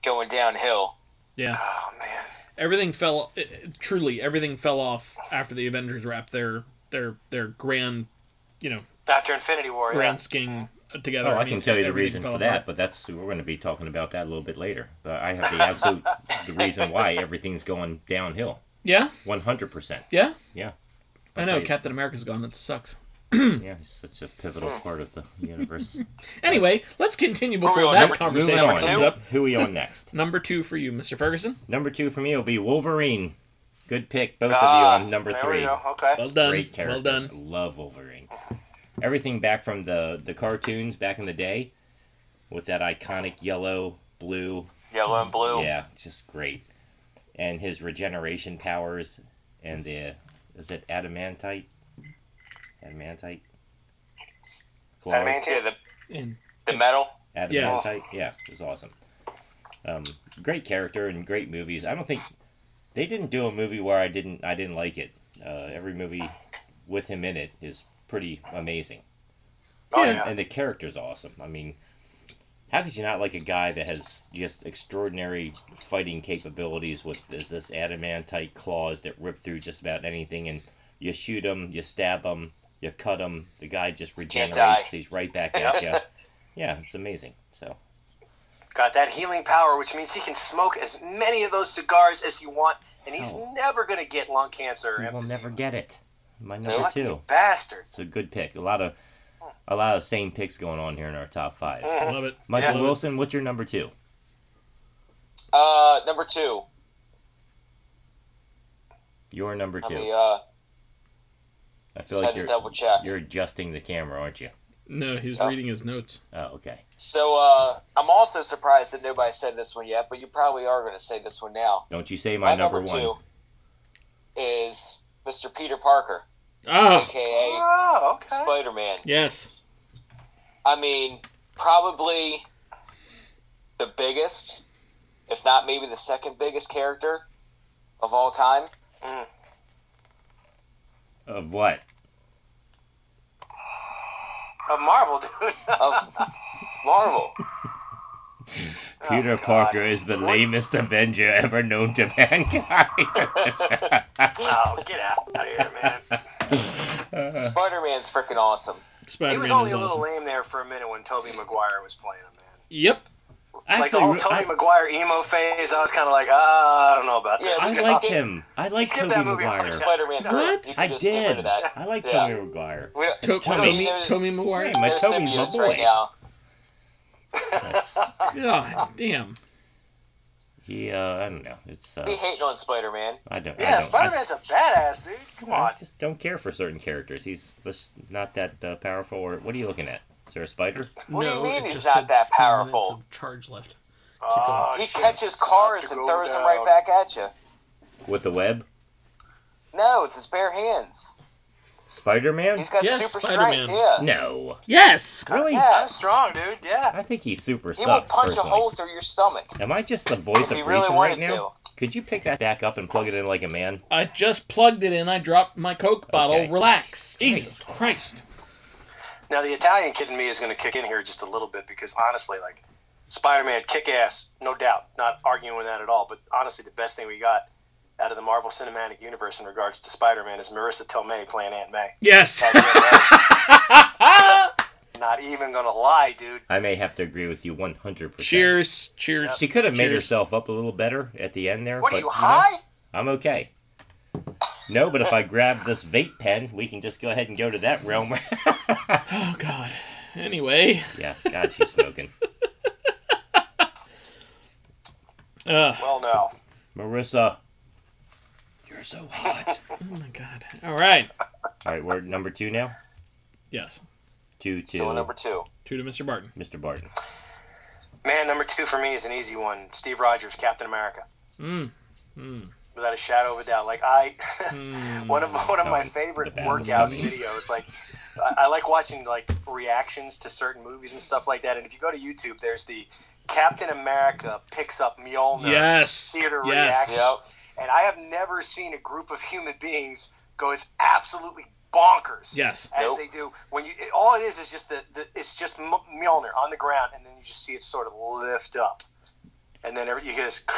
going downhill. Yeah. Oh, man. Everything fell. it- it- Truly, everything fell off after the Avengers wrapped their their their grand, you know, After Infinity War, yeah. grand scheme together. Oh, I mean, can tell you the everything reason fell for apart. that, but that's we're going to be talking about that a little bit later. But I have the *laughs* absolute the reason why everything's going downhill. Yeah. One hundred percent. Yeah. Yeah. I know. Okay. Captain America's gone. That sucks. Yeah, he's such a pivotal part of the universe. Anyway, let's continue we before on, that *laughs* number- conversation Moving on. comes up. Who we on *laughs* next? Number two for you, Mr. Ferguson. Number two for me will be Wolverine. Good pick, both Ah, of you on number There three. we go. Okay. Well done. Great character. Well done. Love Wolverine. Everything back from the the cartoons back in the day, with that iconic yellow, blue. Yellow and blue. Yeah, just great. And his regeneration powers and the is it adamantite? Adamantite. Claws? Adamantine. Yeah, the, And the metal. Adam Yes. Insight. Yeah, it was awesome. Um, great character and great movies. I don't think they didn't do a movie where I didn't I didn't like it. Uh, every movie with him in it is pretty amazing, Oh, Yeah. yeah. and the character's awesome. I mean, how could you not like a guy that has just extraordinary fighting capabilities with this, this adamantite claws that rip through just about anything, and you shoot him, you stab him, you cut him, the guy just die. regenerates. He's right *laughs* back at you. Yeah, it's amazing. So. Got that healing power, which means he can smoke as many of those cigars as he want, and he's Oh. never going to get lung cancer. or You will emphysema. never get it. My number Lucky two. bastard. It's a good pick. A lot of a lot of same picks going on here in our top five. I love it. Michael Yeah. Wilson, what's your number two? Uh, number two. Your number Let me two. uh, I feel just like had to you're double check. you're adjusting the camera, aren't you? No, he's Yeah. reading his notes. Oh, okay. So uh, I'm also surprised that nobody said this one yet, but you probably are going to say this one now. Don't you say my, number, one. two is Mr. Peter Parker, Oh, aka Oh, okay. Spider Man. yes. I mean, probably the biggest, if not maybe the second biggest character of all time. Of what? A Marvel dude. *laughs* Oh, of Marvel. Oh, Peter God. Parker is the lamest Avenger ever known to *laughs* mankind. oh, get out of here, *laughs* man. Spider Man's freaking awesome. He Spider Man was is only awesome. a little lame there for a minute when Toby Maguire was playing him, man. Yep. Like Actually, the whole I- Toby Maguire emo phase, I was kind of like, ah, I don't know about this. I Yeah, liked him. I liked Skip Tobey that movie Maguire. 100%. Spider Man 3. What? You can I just get rid did. of that. I like Yeah. Tobey Maguire. We don't, To- Tommy. Tommy, They're- Tommy Maguire. Hey, my they're Toby's my symbiotes boy. right now. *laughs* That's- God damn. he, uh, I don't know. It's, Be uh, hating on Spider Man. I don't. I Yeah, don't, Spider I- Man's a badass, dude. Come on. I just don't care for certain characters. He's just not that uh, powerful. Or what are you looking at? Is there a spider? What do you no, mean it he's just not said 15 that minutes powerful? of charge left. Oh, He shit. catches cars Stop and to go throws them down. right back at you. With the web? No, with his bare hands. Spider Man? He's got Yes, super strength. Spider-Man. Yeah. No. Yes. Really? Yeah. That's strong, dude. Yeah. I think he super He sucks. will punch personally. a hole through your stomach. Am I just the voice If of he reason really right wanted now? Could you pick that back up and plug it in like a man? I just plugged it in. I dropped my Coke bottle. Okay. Relax. Jesus Christ. Now the Italian kid in me is going to kick in here just a little bit because honestly, like Spider Man, kick ass, no doubt. Not arguing with that at all. But honestly, the best thing we got out of the Marvel Cinematic Universe in regards to Spider Man is Marissa Tomei playing *laughs* Aunt May. Yes. Not even gonna lie, dude. I may have to agree with you 100%. Cheers. Cheers. She could have made Cheers. herself up a little better at the end there. What but, are you, know, high? I'm okay. No, but if I grab this vape pen, we can just go ahead and go to that realm. *laughs* Oh God. Anyway. yeah, God, she's smoking. Uh, Well, no. Marissa, you're so hot. oh my God. All right. All right, we're at number two now. Yes. Two to So number two. Two to Mr. Barton. Mr. Barton. Man, number two for me is an easy one. Steve Rogers, Captain America. Hmm. Mm. without a shadow of a doubt. Like I, *laughs* one of one of my favorite The band Hmm. was workout coming. videos. Like I, I like watching like reactions to certain movies and stuff like that. And if you go to YouTube, there's the Captain America picks up Mjolnir Yes. Uh, theater yes. reaction. Yep. and I have never seen a group of human beings go as absolutely bonkers Yes. as Nope. they do when you. It, all it is is just the, the it's just M- Mjolnir on the ground, and then you just see it sort of lift up, and then every, you hear this *sighs*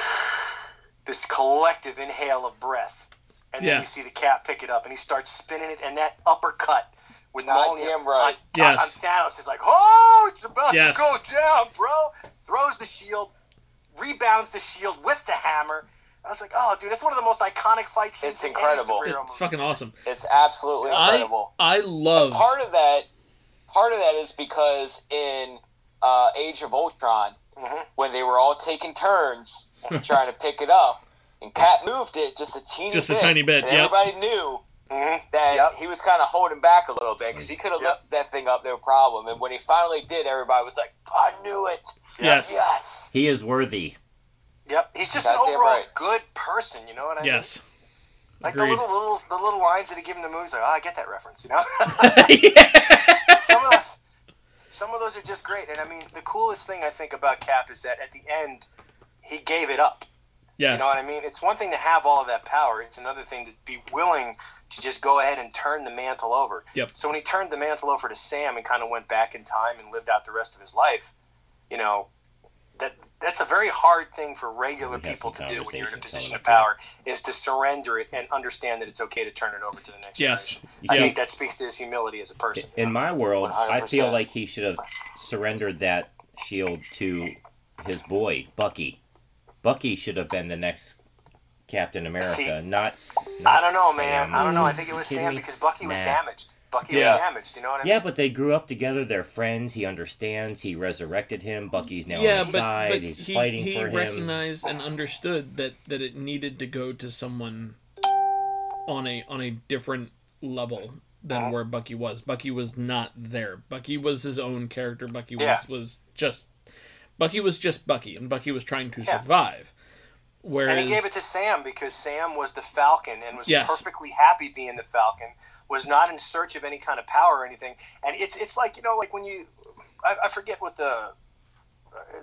this collective inhale of breath, and then Yeah. you see the cat pick it up, and he starts spinning it, and that uppercut. With Mjolnir Goddamn right. on- Yes. on Thanos is like, oh, it's about Yes. to go down, bro. Throws the shield, rebounds the shield with the hammer. I was like, oh, dude, that's one of the most iconic fight scenes. It's in any incredible. superhero It's movie. fucking awesome. It's absolutely incredible. I I love. part of that part of that is because in uh, Age of Ultron, when they were all *laughs* taking turns trying to pick it up, and Cap moved it just a teeny Just a bit, tiny bit, and yep. everybody knew Mhm. that Yep. he was kind of holding back a little bit because he could have Yep. lifted that thing up no problem. And when he finally did, everybody was like, "I knew it! Yes. Yes, He is worthy. Yep, he's just an Goddamn overall right. good person. You know what I mean? Yes. Like the Agreed. little, little the little lines that he give in the movies, like, oh, I get that reference. You know, *laughs* *laughs* yeah. some of those, some of those are just great. And I mean, the coolest thing I think about Cap is that at the end, he gave it up. You Yes. know what I mean? It's one thing to have all of that power. It's another thing to be willing to just go ahead and turn the mantle over. Yep. So when he turned the mantle over to Sam and kind of went back in time and lived out the rest of his life, you know, that that's a very hard thing for regular We had people to some do when you're in a conversations position on of that, yeah. power is to surrender it and understand that it's okay to turn it over to the next Yes. generation. I Yeah. think that speaks to his humility as a person. In my world, I feel 100%. like he should have surrendered that shield to his boy, Bucky. Bucky should have been the next Captain America, See, not, S- I not don't know, Sam. man. I don't know. I think it was Are you Sam kidding me? because Bucky was Nah. damaged. Bucky Yeah. was damaged. You know what I mean? Yeah, but they grew up together. They're friends. He understands. He resurrected him. Bucky's now on yeah, his but, side. but He's he, fighting he for him. recognized and understood that that it needed to go to someone on a on a different level than where Bucky was. Bucky was not there. Bucky was his own character. Bucky Yeah. was was just Bucky was just Bucky, and Bucky was trying to Yeah. survive. Whereas, And he gave it to Sam because Sam was the Falcon and was Yes. perfectly happy being the Falcon. Was not in search of any kind of power or anything. And it's it's like you know like when you, I, I forget what the. uh,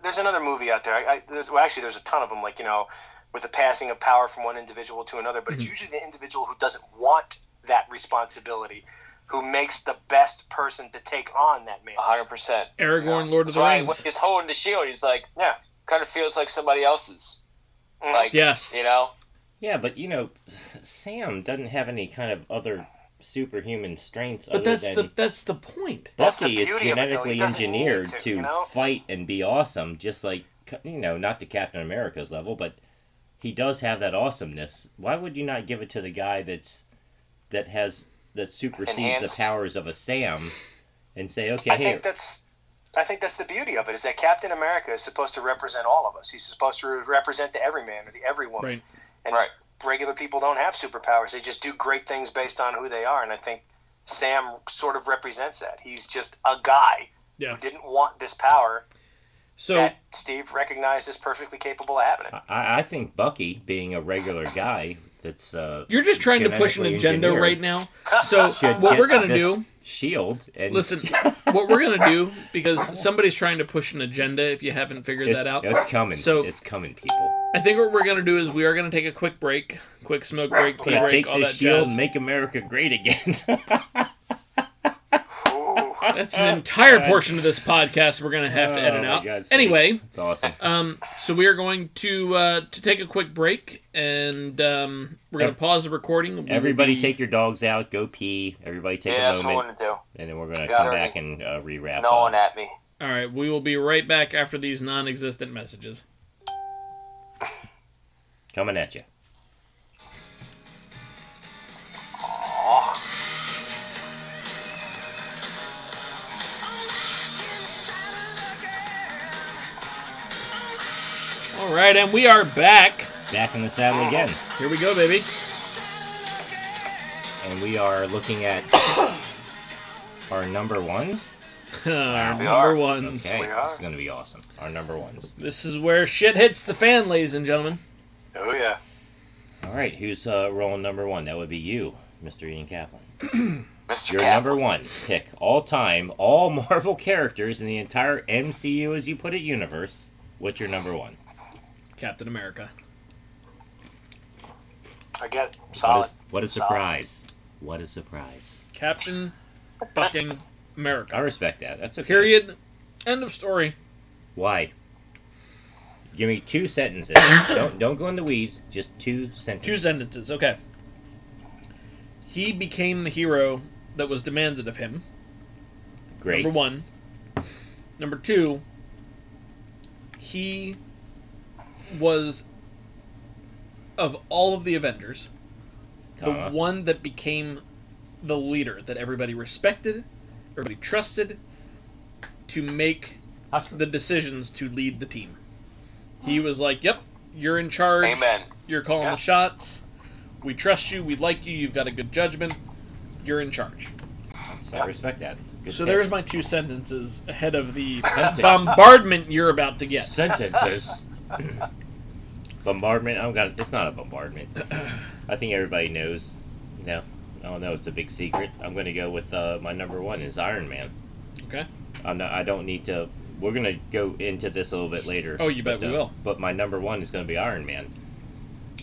There's another movie out there. I, I, there's, well, actually, there's a ton of them. Like you know, with the passing of power from one individual to another, but it's usually the individual who doesn't want that responsibility, who makes the best person to take on that mantle. hundred percent. Aragorn, Lord of the right. Rings. He's holding the shield. He's like Yeah. kind of feels like somebody else's. Mhm. Like Yes. you know. Yeah, but you know, Sam doesn't have any kind of other superhuman strengths But other that's than the that's the point. That's the Bucky is beauty of it, though. He genetically doesn't need engineered to, to, you know? fight and be awesome, just like you know, not to Captain America's level, but he does have that awesomeness. Why would you not give it to the guy that's that has that supersedes Enhanced. the powers of a Sam, and say, okay, I here, think that's I think that's the beauty of it is that Captain America is supposed to represent all of us. He's supposed to represent the everyman or the everywoman. Right. And Right. regular people don't have superpowers. They just do great things based on who they are. And I think Sam sort of represents that. He's just a guy Yeah. who didn't want this power So that Steve recognized as perfectly capable of having it. I, I think Bucky being a regular guy that's uh, you're just trying to push an genetically agenda engineered right *laughs* now. So should what get we're gonna this do? shield and *laughs* Listen, what we're gonna do because somebody's trying to push an agenda. If you haven't figured it's, that out, it's coming, So- it's coming, people. I think what we're gonna do is we are gonna take a quick break, quick smoke break, pee Yeah, break, take all this that shield, jazz. make America great again. *laughs* Ooh. That's an entire portion of this podcast we're gonna *laughs* have Uh, to Oh edit my out. God, it's- anyway, it's awesome. um, so we are going to uh, to take a quick break, and um, we're gonna Ev- pause the recording. We will Everybody be- take your dogs out, go pee. Everybody take Yeah, a that's what I moment, want to do. and then we're gonna Yeah. come back and uh, re-wrap. No one up. at me. All right, we will be right back after these non-existent messages. coming at you. All right, and we are back. Back in the saddle again, Here we go, baby. *laughs* and we are looking at *coughs* our number ones. Our number are. ones. Okay, we are. this is gonna be awesome. Our number ones. This is where shit hits the fan, ladies and gentlemen. Oh yeah. All right, who's uh, rolling number one? That would be you, Mr. Ian Kaplan. Mr. Your Cat. number one pick all time, all *laughs* Marvel characters in the entire MCU, as you put it, universe. What's your number one? Captain America. I get it. What solid. is, what a Solid. surprise! What a surprise! Captain fucking America. I respect that. That's okay. Period. End of story. Why? Give me two sentences. *coughs* don't don't go in the weeds. Just two sentences. Two sentences. Okay. He became the hero that was demanded of him. Great. Number one. Number two. He was of all of the Avengers. the comma. one that became the leader that everybody respected, everybody trusted to make the decisions to lead the team. He was like, "Yep, you're in charge. Amen. You're calling Yeah. the shots. We trust you. We like you. You've got a good judgment. You're in charge." So I respect that. Good So pick. there's my two sentences ahead of the Sentence. bombardment you're about to get. sentences. *coughs* bombardment. I'm gonna. It's not a bombardment. *coughs* I think everybody knows. No, I don't know. It's a big secret. I'm gonna go with uh, my number one is Iron Man. Okay. I'm not, I don't need to. We're gonna go into this a little bit later. Oh, you bet but, we uh, will. But my number one is gonna be Iron Man.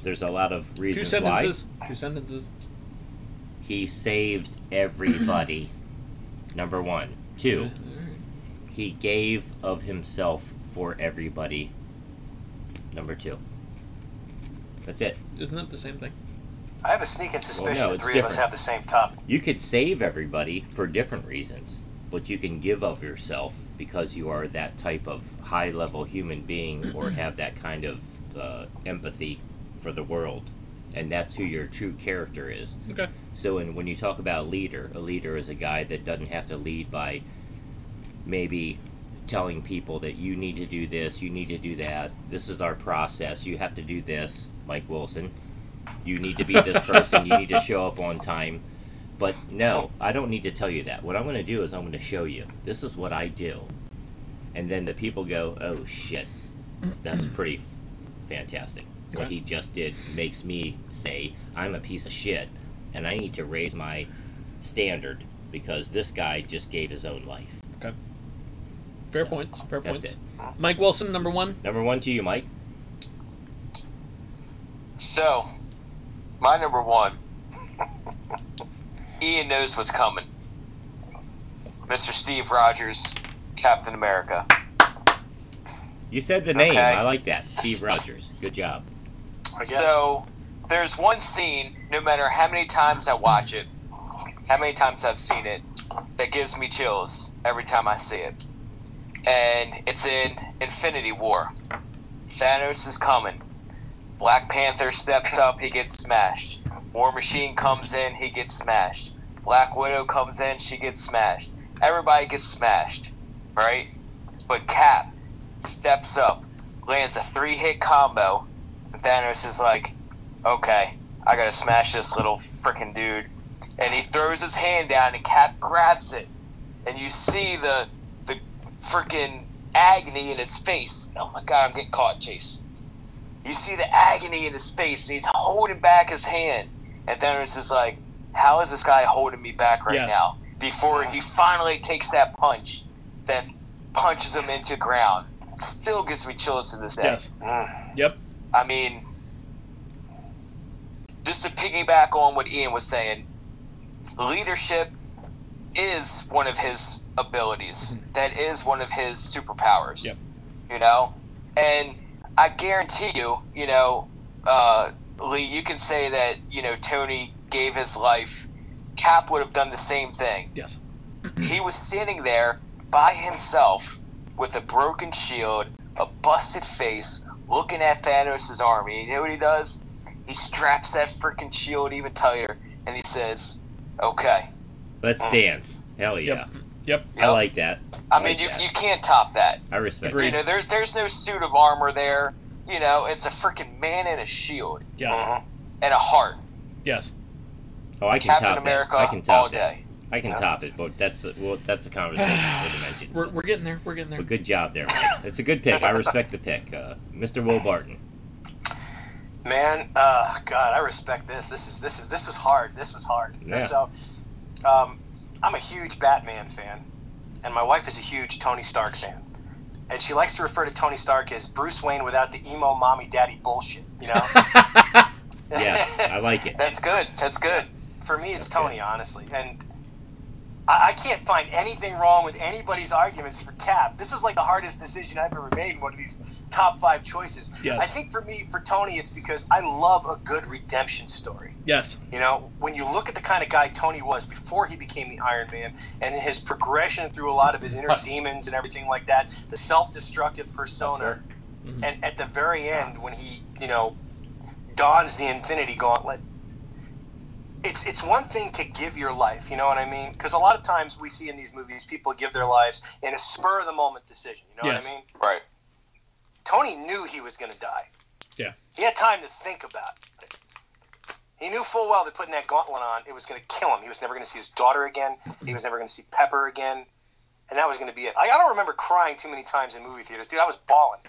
There's a lot of Two reasons sentences. Two sentences. why he saved everybody. number one, two. He gave of himself for everybody. Number two. That's it. Isn't that the same thing? I have a sneaking suspicion no, the it's three of us different. have the same topic. You could save everybody for different reasons, but you can give of yourself because you are that type of high level human being or have that kind of uh, empathy for the world. And that's who your true character is. Okay. So, and when you talk about leader, a leader is a guy that doesn't have to lead by maybe telling people that you need to do this, you need to do that. This is our process. You have to do this, Mike Wilson. You need to be this person. you need to show up on time. But no, I don't need to tell you that. What I'm going to do is I'm going to show you. This is what I do. And then the people go, "Oh shit. That's pretty fantastic. What Okay. he just did makes me say I'm a piece of shit, and I need to raise my standard because this guy just gave his own life. Okay. Fair So, points. Fair that's points. it. Mike Wilson, number one. Number one to you, Mike. So, my number one. *laughs* Ian knows what's coming. Mr. Steve Rogers, Captain America. You said the name. Okay. I like that. Steve Rogers. Good job. I get it. So, there's one scene, no matter how many times I watch it, how many times I've seen it, that gives me chills every time I see it. And it's in Infinity War. Thanos is coming. Black Panther steps up, he gets smashed. War Machine comes in, he gets smashed. Black Widow comes in, she gets smashed. Everybody gets smashed, right? But Cap steps up, lands a three hit combo, and Thanos is like, okay, I gotta smash this little frickin' dude. And he throws his hand down, and Cap grabs it. And you see the, the frickin' agony in his face. Oh my god, I'm getting caught, Chase. You see the agony in his face, and he's holding back his hand. And Thanos is like, "How is this guy holding me back right Yes. now?" Before he finally takes that punch, that punches him into ground. Still gives me chills to this day. Yes. Mm-hmm. Yep. I mean, just to piggyback on what Ian was saying, leadership is one of his abilities. That is one of his superpowers. Mm-hmm. Yep. You know, and I guarantee you, you know, uh, Lee, you can say that you know Tony gave his life. Cap would have done the same thing Yes. he was standing there by himself with a broken shield, a busted face, looking at Thanos' army. You know what he does? He straps that freaking shield even tighter and he says, Okay. Let's dance. Hell yeah. Yep. Yep. I like that. Mm. I like mean, you, that. you can't top that. I respect Agreed. You know, there, there's no suit of armor there. You know, it's a freaking man and a shield Yes. Uh-huh. and a heart. Yes. it. Oh, I can Captain top America that. I can all top that. day. I can top it, but that's a, well, that's a conversation for dimensions. We're, we're getting there. We're getting *laughs* there. But good job there, Mike. It's a good pick. I respect the pick, uh, Mr. Will *laughs* Barton. Man, uh, God, I respect this. This is this is this was hard. This was hard. Yeah. So, um, I'm a huge Batman fan, and my wife is a huge Tony Stark fan, and she likes to refer to Tony Stark as Bruce Wayne without the emo mommy daddy bullshit. You know, *laughs* Yes, I like it. That's good. That's good. for me, it's That's good. Tony, honestly, and I, I can't find anything wrong with anybody's arguments for Cap. This was like the hardest decision I've ever made. One of these top five choices. Yes. I think for me, for Tony, it's because I love a good redemption story. Yes. You know, when you look at the kind of guy Tony was before he became the Iron Man and his progression through a lot of his inner demons and everything like that, the self destructive persona, and at the very end when he, you know, dons the Infinity Gauntlet, it's, it's one thing to give your life, you know what I mean? Because a lot of times we see in these movies people give their lives in a spur of the moment decision, you know Yes. what I mean? Right. Tony knew he was going to die. Yeah. He had time to think about it. He knew full well that putting that gauntlet on, it was going to kill him. He was never going to see his daughter again. He was never going to see Pepper again. And that was going to be it. I, I don't remember crying too many times in movie theaters. Dude, I was bawling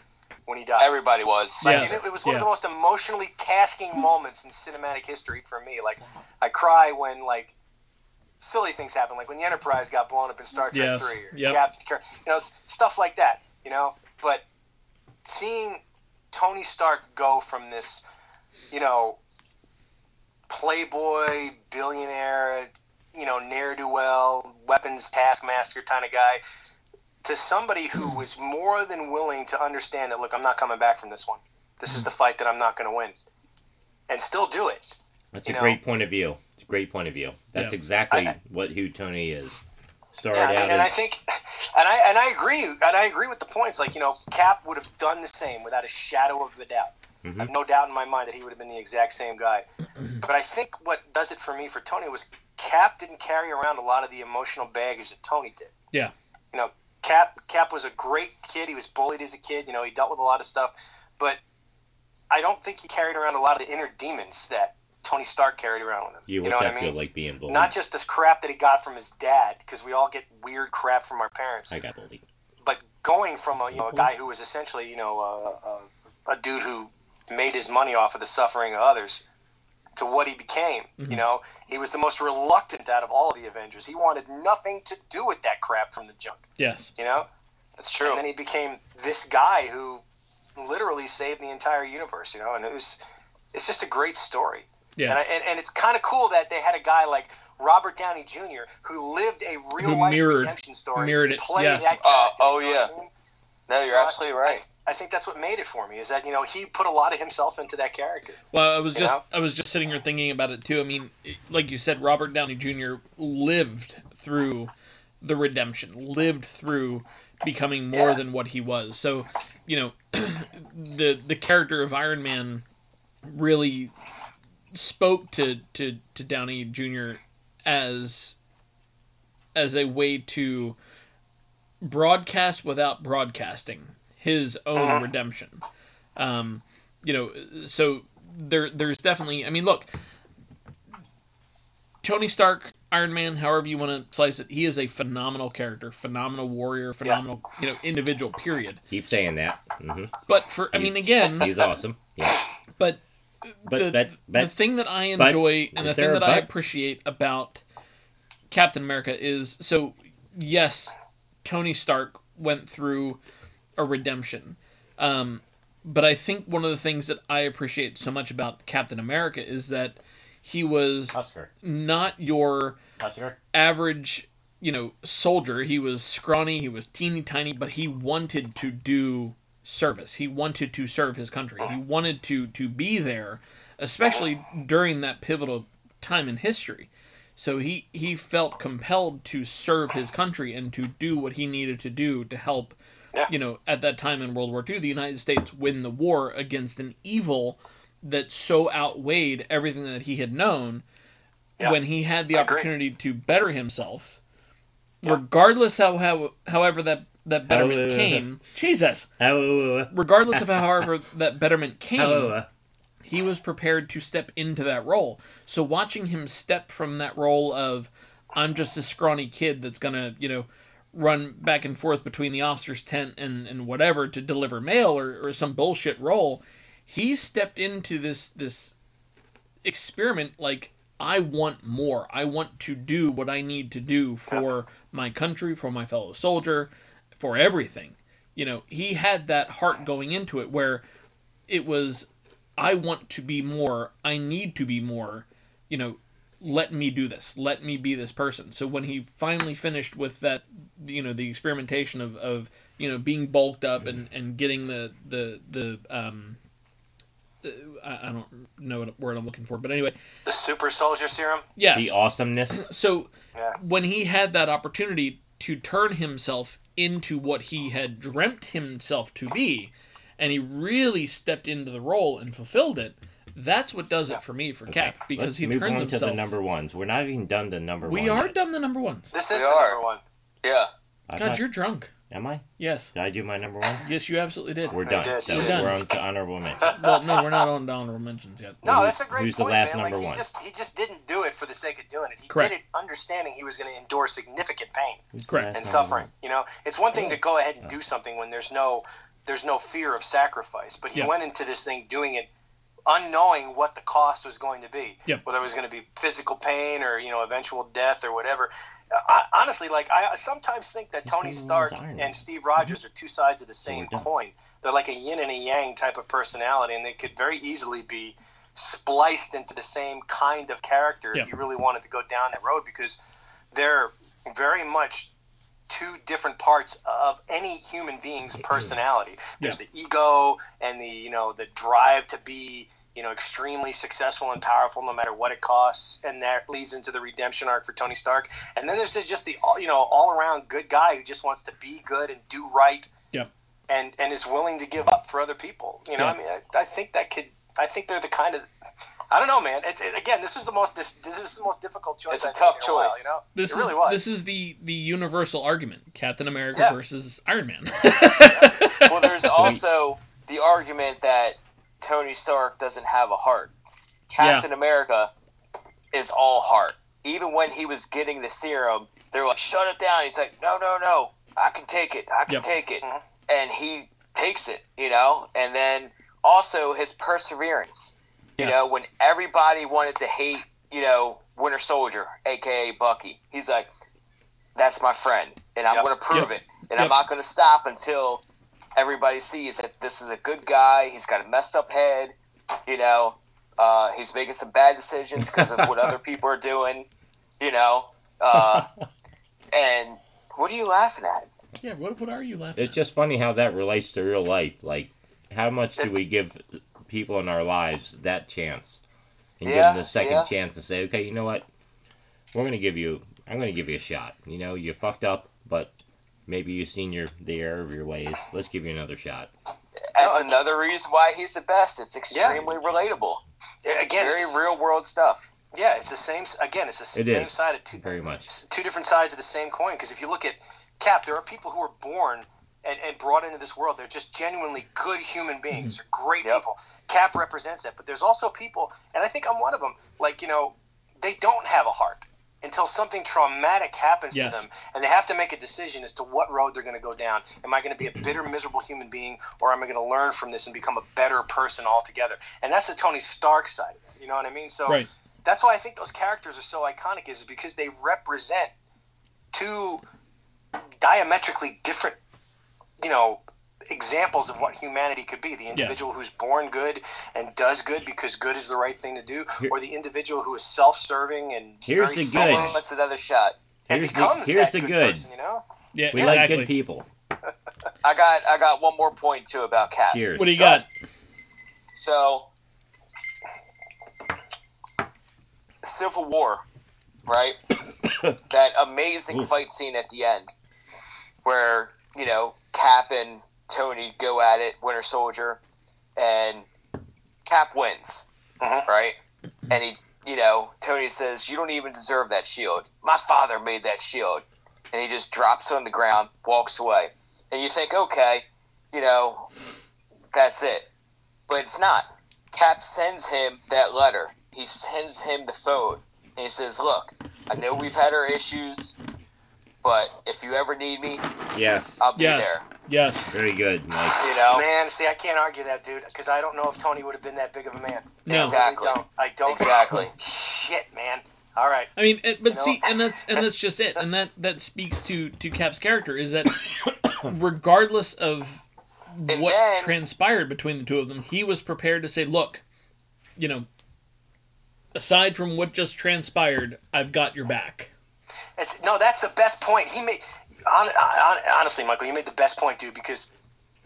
when he died. Everybody was. Yeah. Like, it, it was one of Yeah. the most emotionally tasking moments in cinematic history for me. Like, I cry when, like, silly things happen, like when the Enterprise got blown up in Star Trek Yes. 3 or Yep. Captain Kirk, you know, s- stuff like that, you know? But seeing Tony Stark go from this, you know, playboy, billionaire, you know, ne'er do well, weapons taskmaster kind of guy to somebody who was more than willing to understand that, look, I'm not coming back from this one. This is the fight that I'm not going to win. And still do it. That's You a know? great point of view. It's a great point of view. That's Yeah. exactly I- what who Tony is. Started Yeah, I mean, out and I as think, and I and I agree, and I agree with the points. Like you know, Cap would have done the same without a shadow of a doubt. Mm-hmm. I have no doubt in my mind that he would have been the exact *clears throat* same guy. But I think what does it for me for Tony was Cap didn't carry around a lot of the emotional baggage that Tony did. Yeah. You know, Cap Cap was a great kid. He was bullied as a kid. You know, he dealt with a lot of stuff, but I don't think he carried around a lot of the inner demons that Tony Stark carried around with him. you, you which know what I, I mean? feel like being bullied. Not just this crap that he got from his dad, because we all get weird crap from our parents I got bullied. but going from a, you know, a guy who was essentially you know a, a, a dude who made his money off of the suffering of others to what he became. You know, he was the most reluctant out of all the Avengers. He wanted nothing to do with that crap from the junk. Yes. You know, That's true. and then he became this guy who literally saved the entire universe. You know, and it was it's just a great story. Yeah. And, I, and, and it's kind of cool that they had a guy like Robert Downey Jr. who lived a real Who life mirrored- redemption story, mirrored it, play yes. that Uh, character, oh, you know what yeah. I mean? No, you're So I- absolutely right. I think that's what made it for me is that you know he put a lot of himself into that character. Well, I was You just I was just sitting here thinking about it too. I mean, it- like you said, Robert Downey Jr. lived through the redemption, lived through becoming more Yeah. than what he was. So, you know, *clears throat* the the character of Iron Man really spoke to to to Downey Jr. as as a way to broadcast without broadcasting his own redemption. Um, you know, so there there's definitely I mean, look, Tony Stark, Iron Man, however you want to slice it, he is a phenomenal character, phenomenal warrior, phenomenal, you know, individual period. Keep saying that. hmm But for I mean *laughs* again, he's awesome. Yeah. but But the, but the but thing that I but- enjoy and the is there thing a that I but? appreciate about Captain America is so yes, Tony Stark went through a redemption. Um, but I think one of the things that I appreciate so much about Captain America is that he was Husker. not your Husker. average, you know, soldier. He was scrawny, he was teeny tiny, but he wanted to do service. He wanted to serve his country. He wanted to to be there, especially during that pivotal time in history. So he he felt compelled to serve his country and to do what he needed to do to help Yeah. you know, at that time in World War II, the United States win the war against an evil that so outweighed everything that he had known Yeah. when he had the I agree. opportunity to better himself, regardless how, how however that that betterment Hallelujah. came. Jesus, Oh, Hello. regardless of how however that betterment came, Hello. he was prepared to step into that role. So watching him step from that role of I'm just a scrawny kid that's gonna, you know, run back and forth between the officer's tent and, and whatever to deliver mail or, or some bullshit role, he stepped into this this experiment like I want more. I want to do what I need to do for my country, for my fellow soldier, for everything. You know, he had that heart going into it where it was I want to be more, I need to be more, you know, let me do this, let me be this person. So when he finally finished with that, you know, the experimentation of, of you know, being bulked up and, and getting the, the, the, um, uh, I I don't know what word I'm looking for, but anyway, The super soldier serum. yes. The awesomeness. so Yeah. when he had that opportunity to turn himself into what he had dreamt himself to be, and he really stepped into the role and fulfilled it, that's what does it for me for Cap because Let's he move turns on himself. to the number ones. We're not even done the number we one. are yet. done the number ones. This We is the are. number one. Yeah. I'm God, not- you're drunk. Am I? Yes, Did I do my number one? yes, you absolutely did. We're done. did. So We're we're done. on to honorable *laughs* mention. well, no, we're not on to honorable mentions yet. No, Who's- that's a great who's the point, last man. number like one? he just he just didn't do it for the sake of doing it. He Correct. did it understanding he was going to endure significant pain Correct. and That's number suffering. You know, it's one thing to go ahead and do something when there's no there's no fear of sacrifice, but he Yeah. went into this thing doing it unknowing what the cost was going to be, Yeah. whether it was going to be physical pain or you know eventual death or whatever. I, honestly, like I sometimes think that Tony Iron Stark Man. and Steve Mm-hmm. Rogers are two sides of the same we're done. coin. They're like a yin and a yang type of personality, and they could very easily be spliced into the same kind of character Yeah. if you really wanted to go down that road because they're very much two different parts of any human being's personality. There's the ego and the you know the drive to be you know extremely successful and powerful no matter what it costs, and that leads into the redemption arc for Tony Stark. And then there's this- just the all- you know all around good guy who just wants to be good and do right Yep. and and is willing to give up for other people. You know, Yeah. I mean, I, I think that could. I think they're the kind of. I don't know, man. It, it- again, this is the most this, this is the most difficult choice. It's a I've tough made in a while, choice. you know, This it really is was. this is the the universal argument: Captain America Yeah. versus Iron *laughs* Man. *laughs* Well, there's also the argument that Tony Stark doesn't have a heart. Captain America is all heart. Even when he was getting the serum, they're like, "Shut it down." He's like, "No, no, no. I can take it. I can Yep. take it." Mhm. And he takes it, you know. And then also his perseverance. You Yes. know, when everybody wanted to hate, you know, Winter Soldier, aka Bucky, he's like, "That's my friend, and I'm Yep. going to prove Yep. it, and Yep. I'm not going to stop until everybody sees that this is a good guy. He's got a messed up head, you know. Uh, he's making some bad decisions because of what *laughs* other people are doing, you know. Uh, and what are you laughing at? Yeah, what, what are you laughing It's just funny how that relates to real life. Like, how much do we give people in our lives that chance? And give Yeah, them the second yeah. chance to say, okay, you know what? We're gonna give you. I'm gonna give you a shot. You know, you fucked up, but maybe you've seen your the error of your ways. Let's give you another shot. That's No, another reason why he's the best. It's extremely relatable. Yeah, Again, Very it's, real world stuff. yeah, it's the same. s- Again, it's the It same is. side of two, Very much. s- two different sides of the same coin. Because if you look at Cap, there are people who are born and, and brought into this world. They're just genuinely good human beings. They're great Yep. people. Cap represents that. But there's also people, and I think I'm one of them. Like you know, they don't have a heart until something traumatic happens Yes. to them, and they have to make a decision as to what road they're going to go down. Am I going to be a bitter, miserable human being, or am I going to learn from this and become a better person altogether? And that's the Tony Stark side. Of it, you know what I mean? So Right. that's why I think those characters are so iconic is because they represent two diametrically different, you know, examples of what humanity could be. The individual who's born good and does good because good is the right thing to do, or the individual who is self-serving and Here's very the self- good. Someone lets another shot. and Here's the, becomes here's that the good, good. person, you know? Yeah, We like exactly. good people. I got I got one more point too about Cap. Cheers. What do you got? So Civil War, right? that amazing Ooh. fight scene at the end where, you know, Cap and Tony go at it, Winter Soldier, and Cap wins. Mhm. Right? And he you know, Tony says, You don't even deserve that shield. My father made that shield. And he just drops it on the ground, walks away. And you think, okay, you know, that's it. But it's not. Cap sends him that letter. He sends him the phone. And he says, Look, I know we've had our issues, but if you ever need me, Yes. Um, I'll be Yes. there. Yes. Very good, Mike. You know? Man, see, I can't argue that, dude, because I don't know if Tony would have been that big of a man. No. Exactly. I don't. I don't. Exactly. Shit, man. All right. I mean, it, but You know? see, and that's and that's just it, and that that speaks to to Cap's character is that *coughs* regardless of And what then- transpired between the two of them, he was prepared to say, "Look, you know, aside from what just transpired, I've got your back." It's no, that's the best point. He made hon, hon, honestly, Michael, you made the best point, dude, because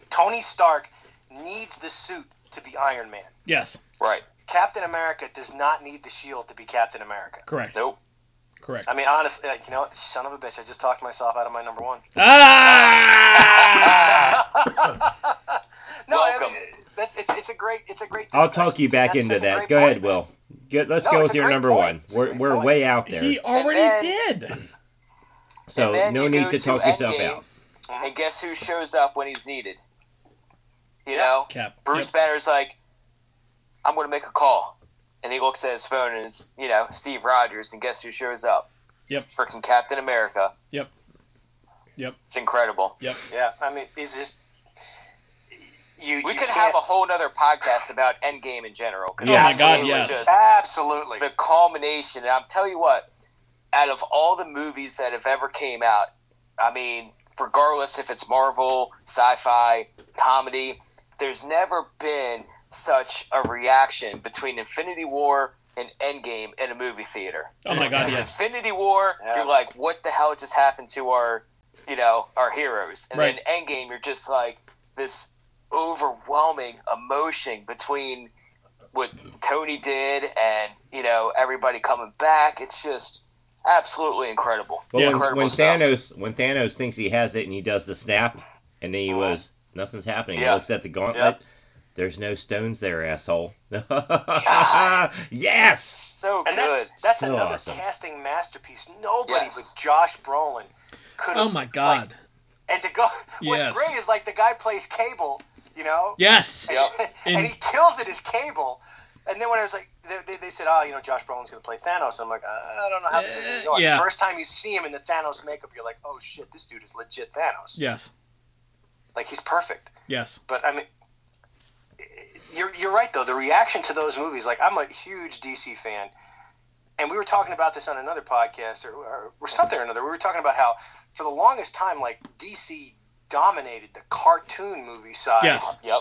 Tony Stark needs the suit to be Iron Man. Yes, Right. Captain America does not need the shield to be Captain America. correct, Nope. correct. I mean, honestly, like, you know what? Son of a bitch, I just talked myself out of my number one. Ah! *laughs* No, I Welcome. mean, that's, it's, it's a great, it's a great. I'll discussion, talk you because back that's into such a that. great Go point. ahead, Will. Good, let's No, go it's with a your great number point. one. It's a We're, great we're point. way out there, He already then- did. so And then no you need go to to talk yourself Endgame. out. And guess who shows up when he's needed? You Yeah. know? Cap. Bruce Banner's like, I'm going to make a call. And he looks at his phone and it's, you know, Steve Rogers. And guess who shows up? Yep. Freaking Captain America. Yep. Yep. It's incredible. Yep. Yeah, I mean, he's just. You, We you could can't- have a whole nother podcast about Endgame in general. 'cause Oh my honestly, God, it was yes. just Absolutely. the culmination. And I'm telling you what, out of all the movies that have ever came out, I mean, regardless if it's Marvel, sci-fi, comedy, there's never been such a reaction between Infinity War and Endgame in a movie theater. Oh my God, Because yes. Infinity War, Yeah. you're like, what the hell just happened to our, you know, our heroes? And Right. then Endgame, you're just like this overwhelming emotion between what Tony did and you know everybody coming back. It's just absolutely incredible. Well, Yeah. when, incredible when stuff. Thanos when Thanos thinks he has it and he does the snap, and then he was nothing's happening. He Yeah. looks at the gauntlet. Yep. There's no stones there, asshole. *laughs* yes. so And good. that's, that's So another awesome. casting masterpiece. Nobody Yes. but Josh Brolin could have. Oh my God. and to go, *laughs* Yes. what's great is like the guy plays Cable, you know? Yes. Yep. *laughs* and he kills it as Cable. And then when I was like, they, they, they said, oh, you know, Josh Brolin's going to play Thanos. I'm like, uh, I don't know how this is going Uh, to go. And yeah. the First time you see him in the Thanos makeup, you're like, oh shit, this dude is legit Thanos. Yes. Like, he's perfect. Yes. But I mean, you're you're right though. The reaction to those movies, like I'm a huge DC fan, and we were talking about this on another podcast or, or, or something or another. We were talking about how for the longest time, like DC dominated the cartoon movie side. Yes. Yep.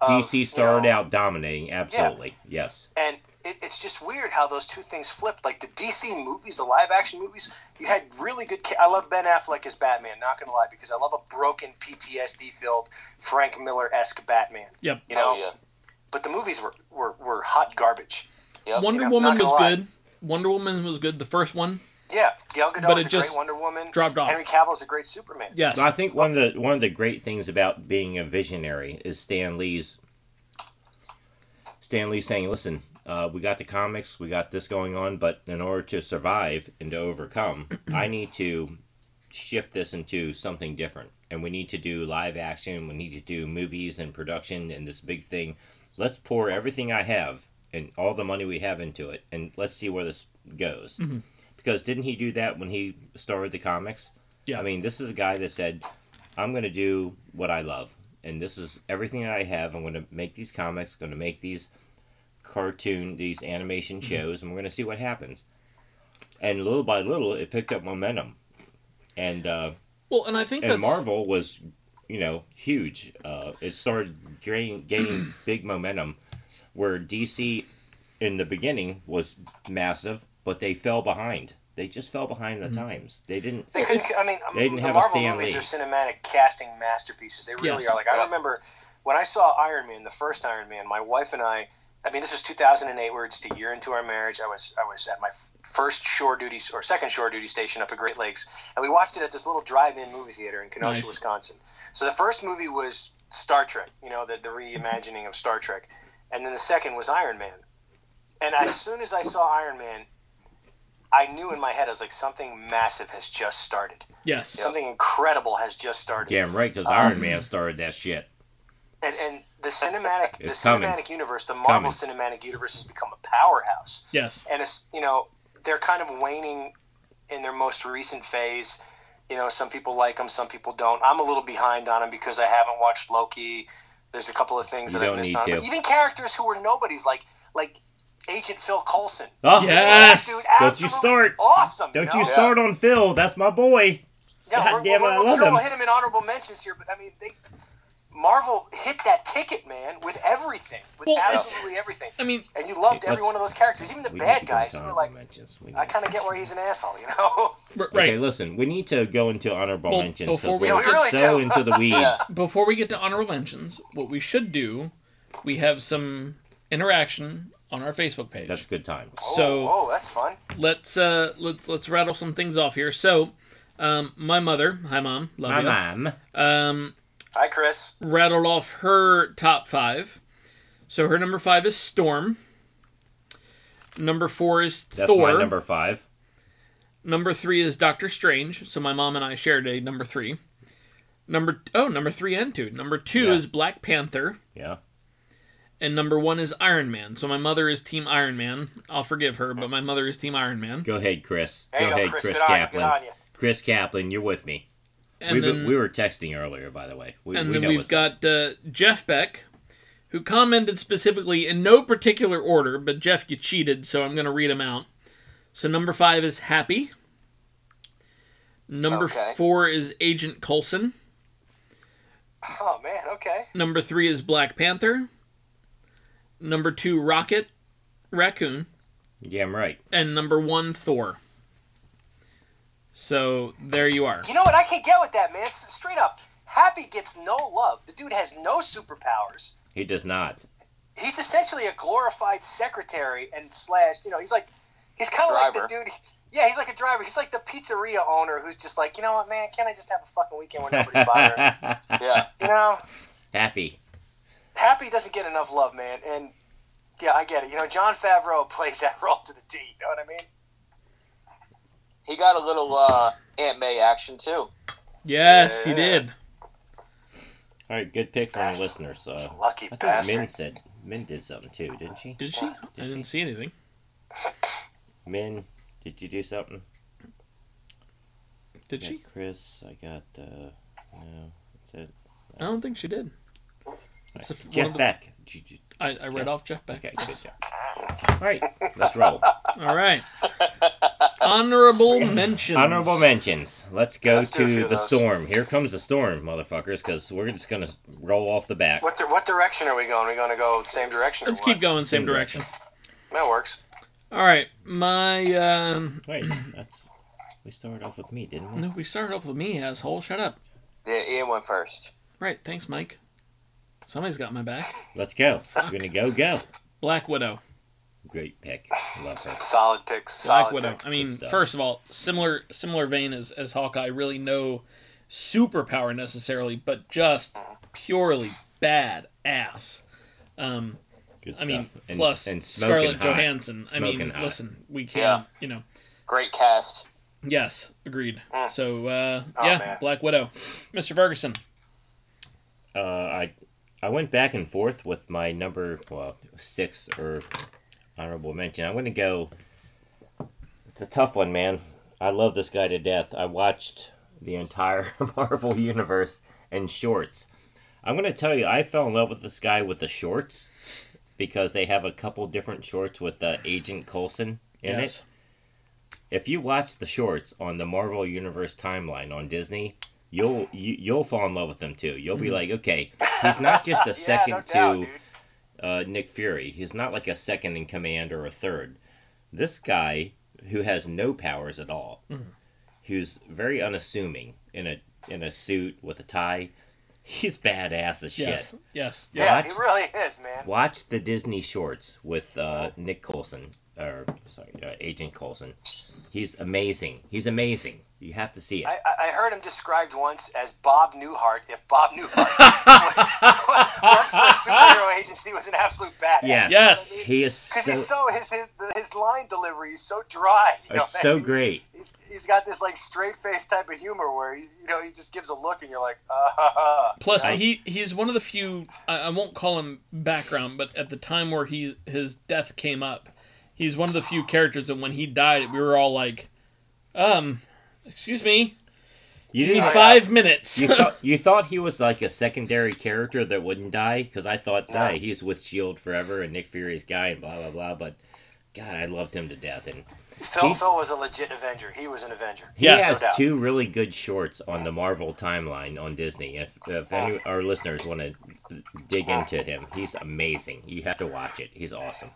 of, you DC started know, out dominating, absolutely. Yes. and it, it's just weird how those two things flipped. Like the DC movies, the live action movies, you had really good. Ca- I love Ben Affleck as Batman. Not gonna lie, because I love a broken PTSD filled Frank Miller esque Batman. Yep. You know, Oh, yeah. but the movies were, were, were hot garbage. Yep. Wonder I'm Woman not was gonna lie. good. Wonder Woman was good. The first one. Yeah, Gal But Gadot it is a just great Wonder Woman. dropped off. Henry Cavill's a great Superman. Yes. I think one of the one of the great things about being a visionary is Stan Lee's Stan Lee saying, "Listen, uh, we got the comics, we got this going on, but in order to survive and to overcome, I need to shift this into something different, and we need to do live action, we need to do movies and production and this big thing. Let's pour everything I have and all the money we have into it, and let's see where this goes." Because didn't he do that when he started the comics? Yeah. I mean, this is a guy that said, I'm going to do what I love. And this is everything that I have. I'm going to make these comics, going to make these cartoon, these animation Mm-hmm. shows, and we're going to see what happens. And little by little, it picked up momentum. And, uh, Well, and I think and that's Marvel was, you know, huge. Uh, it started gaining, *clears throat* gaining big momentum, where DC in the beginning was massive, but they fell behind. They just fell behind Mm-hmm. the times. They didn't. They couldn't. I mean, They didn't the have a Marvel Stan movies Lee. are cinematic casting masterpieces. They really Yes. are. Like I Yeah. remember when I saw Iron Man, the first Iron Man. My wife and I. I mean, this was 2008. We were just a year into our marriage. I was I was at my f- first shore duty or second shore duty station up at Great Lakes, and we watched it at this little drive-in movie theater in Kenosha, Nice. Wisconsin. So the first movie was Star Trek. You know, the the reimagining of Star Trek, and then the second was Iron Man. And as soon as I saw Iron Man, I knew in my head I was like, something massive has just started. yes. Something incredible has just started. Damn right, because Iron Man started that shit. And, and the cinematic, *laughs* the It's coming. cinematic universe, the Marvel cinematic universe has become a powerhouse. Yes. And it's you know they're kind of waning in their most recent phase. You know, some people like them, some people don't. I'm a little behind on them because I haven't watched Loki. There's a couple of things You that I don't missed need on. to. But even characters who were nobodies, like like Agent Phil Coulson. Oh, Yes! Dude, Don't you absolutely start. Awesome. Don't know? you start on Phil. That's my boy. Yeah, God we're, damn it, we're, I we're love sure him. We'll hit him in honorable mentions here, but I mean, they Marvel hit that ticket, man, with everything, with Well, it's- absolutely everything. I mean, And you loved Let's- every one of those characters, even the We bad need to go guys. to You were honorable like, mentions. We I need- kind of get where he's an asshole, you know? *laughs* r- right. Okay, listen, we need to go into honorable Well, mentions before because we- we're We really so do. into the weeds. Yeah. *laughs* Before we get to honorable mentions, what we should do, we have some interaction on our Facebook page. That's good time. so oh, whoa, that's fun. let's uh let's let's rattle some things off here. So, um, my mother, hi mom, love My you. mom. Um, Hi, Chris. rattled off her top five. So her number five is Storm. Number four is That's Thor. my number five. Number three is Doctor Strange. So my mom and I shared a number three. Number oh, number three and two. Number two Yeah. is Black Panther, Yeah. and number one is Iron Man. So my mother is Team Iron Man. I'll forgive her, but my mother is Team Iron Man. Go ahead, Chris. There you go, ahead, Chris. Chris, Good on you, good Kaplan. on you. Chris Kaplan, you're with me. And We, then, we were texting earlier, by the way. We, and we then know we've what's up. got uh, Jeff Beck, who commented specifically in no particular order, but Jeff, you cheated, so I'm going to read them out. So number five is Happy. Number Okay. four is Agent Coulson. Oh, man, okay. Number three is Black Panther. Number two, Rocket, Raccoon, Damn right. and number one, Thor. So there you are. You know what? I can't get with that, man. It's straight up. Happy gets no love. The dude has no superpowers. He does not. he's essentially a glorified secretary and slash you know he's like he's kind of like the Driver. dude yeah he's like a driver he's like the pizzeria owner who's just like you know what man can't i just have a fucking weekend where nobody's bothering *laughs* me?" Yeah. you know Happy. happy doesn't get enough love man and yeah i get it you know john favreau *laughs* plays that role to the d you know what i mean He got a little uh, Aunt May action too. Yes, he Yeah. did. All right, good pick from the listeners. Uh, lucky I thought Min bastard said Min did something too, didn't she? Did she? I didn't see anything. Min, did you do something? Did Yeah, she? Chris, I got. Uh, no, that's it. I don't think she did. It's a, one Jeff of the- Beck. Did you, did- I, I read off Jeff Beck. okay, good job. All right, let's *laughs* roll. All right. Honorable mentions. Honorable mentions. Let's go Let's do to a few of the those. storm. Here comes the storm, motherfuckers, because we're just gonna roll off the bat. What, di- what direction are we going? Are we going to go the same direction? or Let's what? keep going, same direction. That works. All right, my um. Wait, that's, we started off with me, didn't we? No, we started off with me, asshole. Shut up. Yeah, Ian went first. Right, thanks, Mike. Somebody's got my back. Let's go. We're gonna go, go. Black Widow. Great pick. Love her. Solid picks. Black Solid Widow. pick. I mean, Good stuff. first of all, similar similar vein as as Hawkeye. Really, no superpower necessarily, but just purely badass. Um, Good I mean, stuff. And- plus and smoking Scarlett hot. Johansson. I Smoking mean, hot. listen, we can, Yeah. you know, Great cast. yes, agreed. So, uh, Oh, yeah, man. Black Widow, Mr. Ferguson. Uh, I I went back and forth with my number well six or honorable mention. I'm gonna go. It's a tough one, man. I love this guy to death. I watched the entire *laughs* Marvel universe in shorts. I'm gonna tell you, I fell in love with this guy with the shorts because they have a couple different shorts with uh, Agent Coulson in yes. it. If you watch the shorts on the Marvel Universe timeline on Disney, you'll you, you'll fall in love with him too. You'll be like, okay, he's not just a second Mm-hmm. *laughs* yeah, no doubt, to dude. uh, Nick Fury. He's not like a second in command or a third. This guy who has no powers at all, Mm-hmm. who's very unassuming in a in a suit with a tie, he's badass as shit. Yes. Yes. Yeah, Watch- he really is, man. Watch the Disney shorts with uh, Nick Colson, or sorry, uh, Agent Colson. He's amazing. He's amazing. You have to see it. I, I- I heard him described once as Bob Newhart. *laughs* If Bob *laughs* Newhart worked for a superhero agency, was an absolute badass. yes. Yes. He is because so, he's so his, his his line delivery is so dry. You know, it's so great. He's, he's got this like straight face type of humor where he, you know he just gives a look and you're like, uh, ha, ha. Plus, I- he he's one of the few. I, I won't call him background, but at the time where he his death came up, he's one of the few characters. And when he died, we were all like, um, excuse me, You give me *laughs* didn't. five minutes. You *laughs* thought, you thought he was like a secondary character that wouldn't die because I thought, die, he's with Shield E forever and Nick Fury's guy and blah blah blah. But God, I loved him to death, and Phil He- Phil was a legit Avenger. He was an Avenger. He Yes. has No doubt. two really good shorts on the Marvel timeline on Disney. If, if any of our listeners want to dig into him, he's amazing. You have to watch it. He's awesome.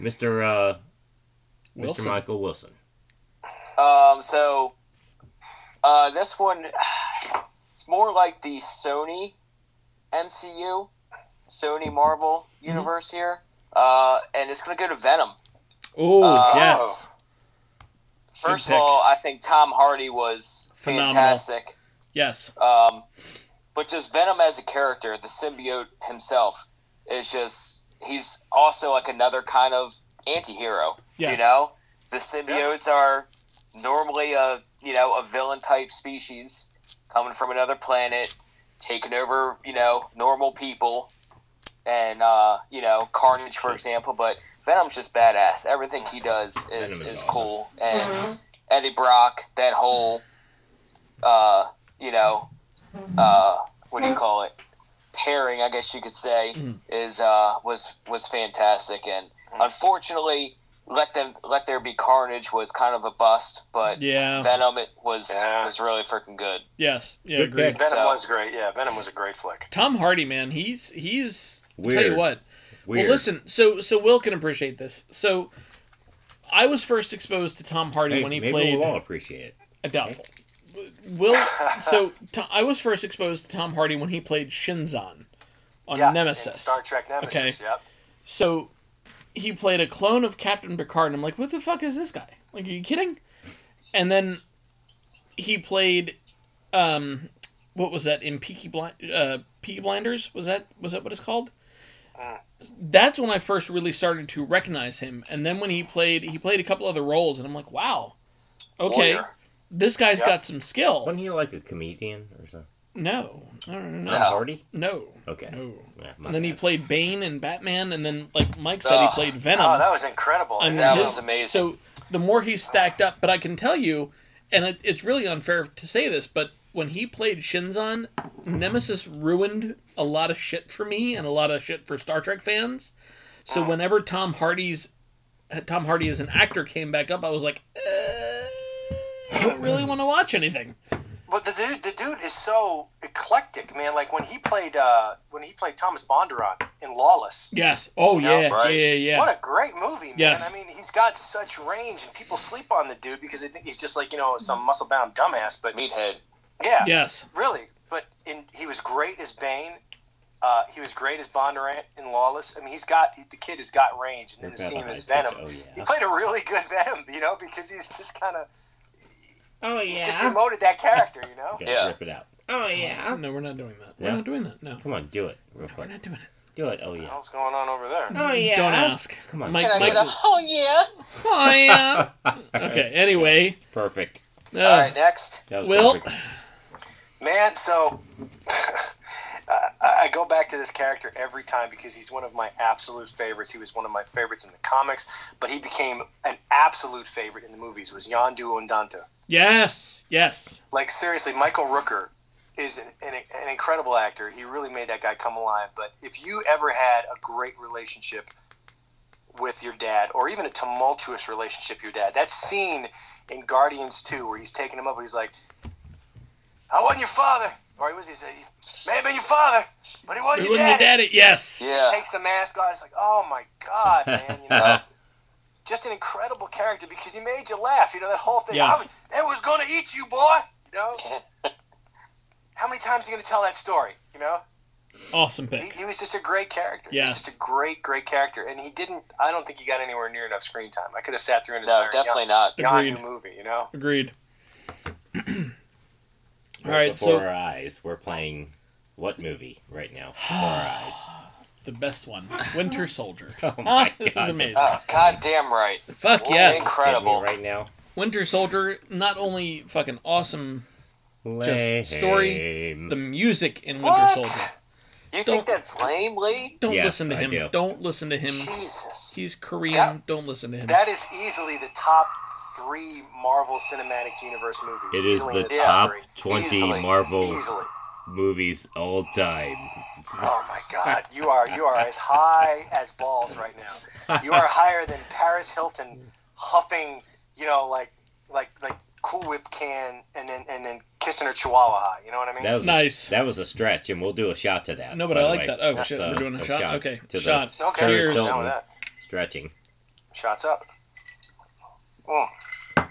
Mr. Uh, Mr. Wilson. Michael Wilson. Um, so uh, this one, *sighs* it's more like the Sony MCU, Sony Marvel Mm-hmm. universe here, uh, and it's gonna go to Venom. oh Uh, yes, First pick. of all, I think Tom Hardy was Phenomenal. fantastic. yes, Um, but just Venom as a character, the symbiote himself, is just he's also like another kind of anti-hero. You Yes. know, the symbiotes are normally a you know a villain type species coming from another planet, taking over you know normal people, and uh, you know Carnage for example. But Venom's just badass. Everything he does is Venom is is awesome. cool. And Eddie Brock, that whole uh, you know uh, what do you call it pairing, I guess you could say, is uh, was was fantastic. And unfortunately, let them let there be carnage was kind of a bust, but yeah, Venom it was Yeah. was really freaking good. yes, yeah, Good agreed. pick. Venom So- was great. Yeah, Venom was a great flick. Tom Hardy, man, he's he's. I'll Tell Weird. you what, Weird. Well, listen. So, so Will can appreciate this. So, I was first exposed to Tom Hardy Hey, when he maybe played. we'll all appreciate it. I doubtful. Will. So, to, I was first exposed to Tom Hardy when he played Shinzon on Yeah, in Nemesis. Star Trek Nemesis. Okay. Yep. So, he played a clone of Captain Picard, and I'm like, what the fuck is this guy? Like, are you kidding? And then he played, um, what was that in Peaky Blind? Uh, Peaky Blinders was that was that what it's called? That's when I first really started to recognize him, and then when he played, he played a couple other roles, and I'm like, wow, okay, Warrior. this guy's Yep. got some skill. Wasn't he like a comedian or something? No, no, no, no, Tom Hardy? no. Okay. No. Yeah, my And then he bad. played Bane and Batman, and then like Mike said, he Ugh. played Venom. Oh, that was incredible. Um, I mean, That his- was amazing. So the more he stacked up, but I can tell you, and it, it's really unfair to say this, but when he played Shinzon, Nemesis ruined a lot of shit for me and a lot of shit for Star Trek fans. Ah. So whenever Tom Hardy's Tom Hardy as an actor came back up, I was like, eh, I don't really want to watch anything. But the dude, the dude is so eclectic, man. Like when he played uh, when he played Thomas Bondurant in Lawless. Yes. Oh know, yeah. right? Yeah. Yeah. What a great movie, man. Yes. I mean, he's got such range, and people sleep on the dude because they think he's just like you know some muscle bound dumbass. But Meathead. yeah, Yes. really. But in, he was great as Bane. Uh, he was great as Bondurant in Lawless. I mean, he's got the kid has got range, and then to see him as Venom, Oh he yeah. played a really good Venom, you know, because he's just kind of Oh he just promoted that character, you know. Okay, Yeah. Rip it out. Oh yeah. No, we're not doing that. We're Yeah. not doing that. No. Come on, do it real We're quick. not doing it. Do it. Oh What yeah. the hell's going on over there? Oh yeah. Don't ask. Come on. Mike, Can I Mike, get a oh yeah? *laughs* oh *laughs* yeah. Okay. Anyway. Perfect. Uh, All right, next. That was Will. perfect. Man, so *laughs* I I go back to this character every time because he's one of my absolute favorites. He was one of my favorites in the comics, but he became an absolute favorite in the movies. Was Yondu Ondanta? Yes. Yes. Like seriously, Michael Rooker is an, an, an incredible actor. He really made that guy come alive. But if you ever had a great relationship with your dad, or even a tumultuous relationship with your dad, that scene in Guardians Two where he's taking him up, and he's like, "I wasn't your father," or he was he say, "May have been your father, but he wasn't Who your wouldn't have dad." dad it? Yes. Yeah. Takes the mask off. It's like, oh my god, man! You know, just an incredible character because he made you laugh. You know that whole thing. Yes. I was, that was gonna eat you, boy. *laughs* You know. How many times are you gonna tell that story? You know, Awesome he, pick. he was just a great character. He was Yes. just a great, great character, and he didn't. I don't think he got anywhere near enough screen time. I could have sat through an No, entire definitely not. Yon- Yondu Agreed. movie. You know, Agreed. All Right right. Before So our eyes, we're playing what movie right now? Before *sighs* our eyes. the best one, Winter Soldier. *laughs* Oh my Huh? This God. is amazing. Oh, God damn right. Fuck yes. Incredible. Hit me Right now. Winter Soldier, not only fucking awesome, Just story, Lame. the music in Winter What? Soldier. You Don't- think that's lame, Lee? Don't Yes, listen to I him. do. not listen to him. Jesus, He's Korean. That- Don't listen to him. that is easily the top three Marvel Cinematic Universe movies. It is Easily the in top three. 20 Easily. Marvel- Easily. movies all time. Oh my God! You are you are as high as balls right now. You are higher than Paris Hilton, huffing, you know, like like like Cool Whip can, and then and then kissing her Chihuahua high. You know what I mean? That was Nice. A, that was a stretch, and we'll do a shot to that. no, but by I the like way. that. Oh That's, shit, uh, we're doing a, shot? Okay, to the shot. okay. Paris Cheers. Now Hilton. that. stretching. Shots up. Mm. I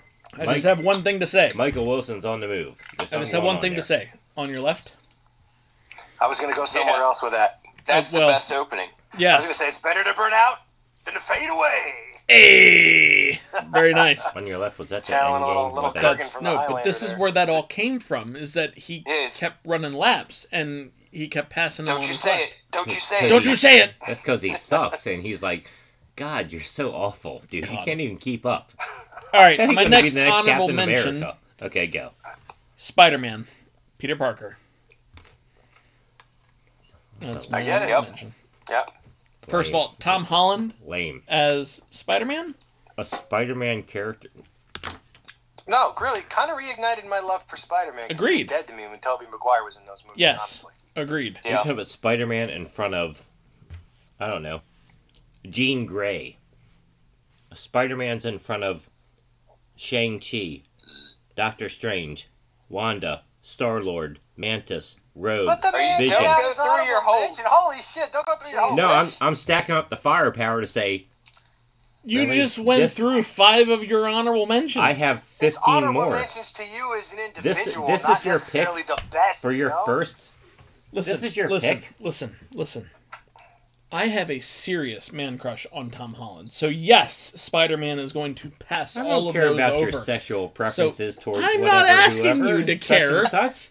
Mike- just have one thing to say. Michael Wilson's on the move. There's I just nothing have going one on thing there. to say. On your left? I was gonna go somewhere Yeah. else with that. That's Well- the best opening. I was gonna Yes. say it's better to burn out than to fade away. Hey! Very *laughs* nice. On your left was that the Channeling end a little- game? little What the- Kirk. That's from no, the but this is Highlander. where that all came from. Is that he Yes. kept running laps and he kept passing. Don't along you his say left. it. Don't you say it. Don't you say it. That's because he sucks, and he's like, God, you're so awful, dude. You God. can't even keep up. *laughs* All right, He's my gonna be next the next honorable Captain mention: America. Okay, go. Spider-Man, Peter Parker. That's my I get it. honorable Yep. mention. Yep. First of all, Tom Holland Lame. as Spider-Man. A Spider-Man character. No, really, kind of reignited my love for Spider-Man. 'cause He Agreed. was dead to me when Tobey Maguire was in those movies. Yes. Honestly. Agreed. You're Yeah. talking about Spider-Man in front of, I don't know, Jean Grey. Spider-Man's in front of Shang-Chi, Doctor Strange, Wanda, Star-Lord, Mantis, Rogue, Let the man Vision. get out Go of through honorable your hole. mention. Holy shit! Don't go through your hole. No, I'm, I'm stacking up the firepower to say You Really? just went This- through five of your honorable mentions. I have It's 15 honorable more. mentions to you as an this individual, is not your pick necessarily the best. For your you know? first, Listen, This is your listen, pick. Listen, listen. I have a serious man crush on Tom Holland. So yes, Spider-Man is going to pass I all don't of care those about over. your sexual preferences towards I'm whatever, not asking whoever, you to and such and care. such.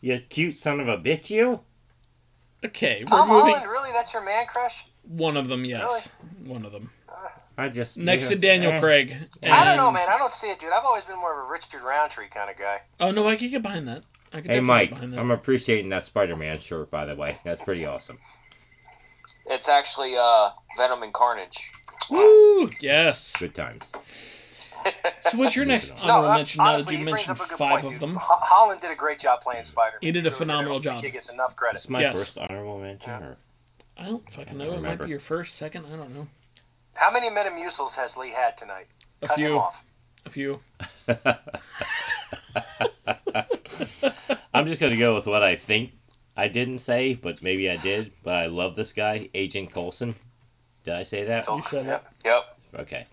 You cute son of a bitch, you. okay, we're Tom moving. Holland, really? That's your man crush? One of them, yes. One of them. I just Next yeah, to Daniel eh. Craig. I don't know, and- man. I don't see it, dude. I've always been more of a Richard Roundtree kind of guy. Oh no, I could get behind that. Hey I could definitely Mike, get behind that. I'm appreciating that Spider-Man shirt by the way. That's pretty awesome. It's actually uh, Venom and Carnage. Woo! Yes. Good times. So what's your next No, honorable hon- mention? Now that honestly, you he brings mentioned up a good five point, of dude. them, Ho- Holland did a great job playing Spider-Man. He did a Really, I don't phenomenal think He job. gets enough credit. It's my Yes. first honorable mention. Or I don't fucking know. don't It might remember. be your first, second. I don't know. How many Metamucils has Lee had tonight? A Cut him few, off. a few. I'm just gonna go with what I think I didn't say, but maybe I did. But I love this guy, Agent Coulson. Did I say that? You said it. Yep. Okay,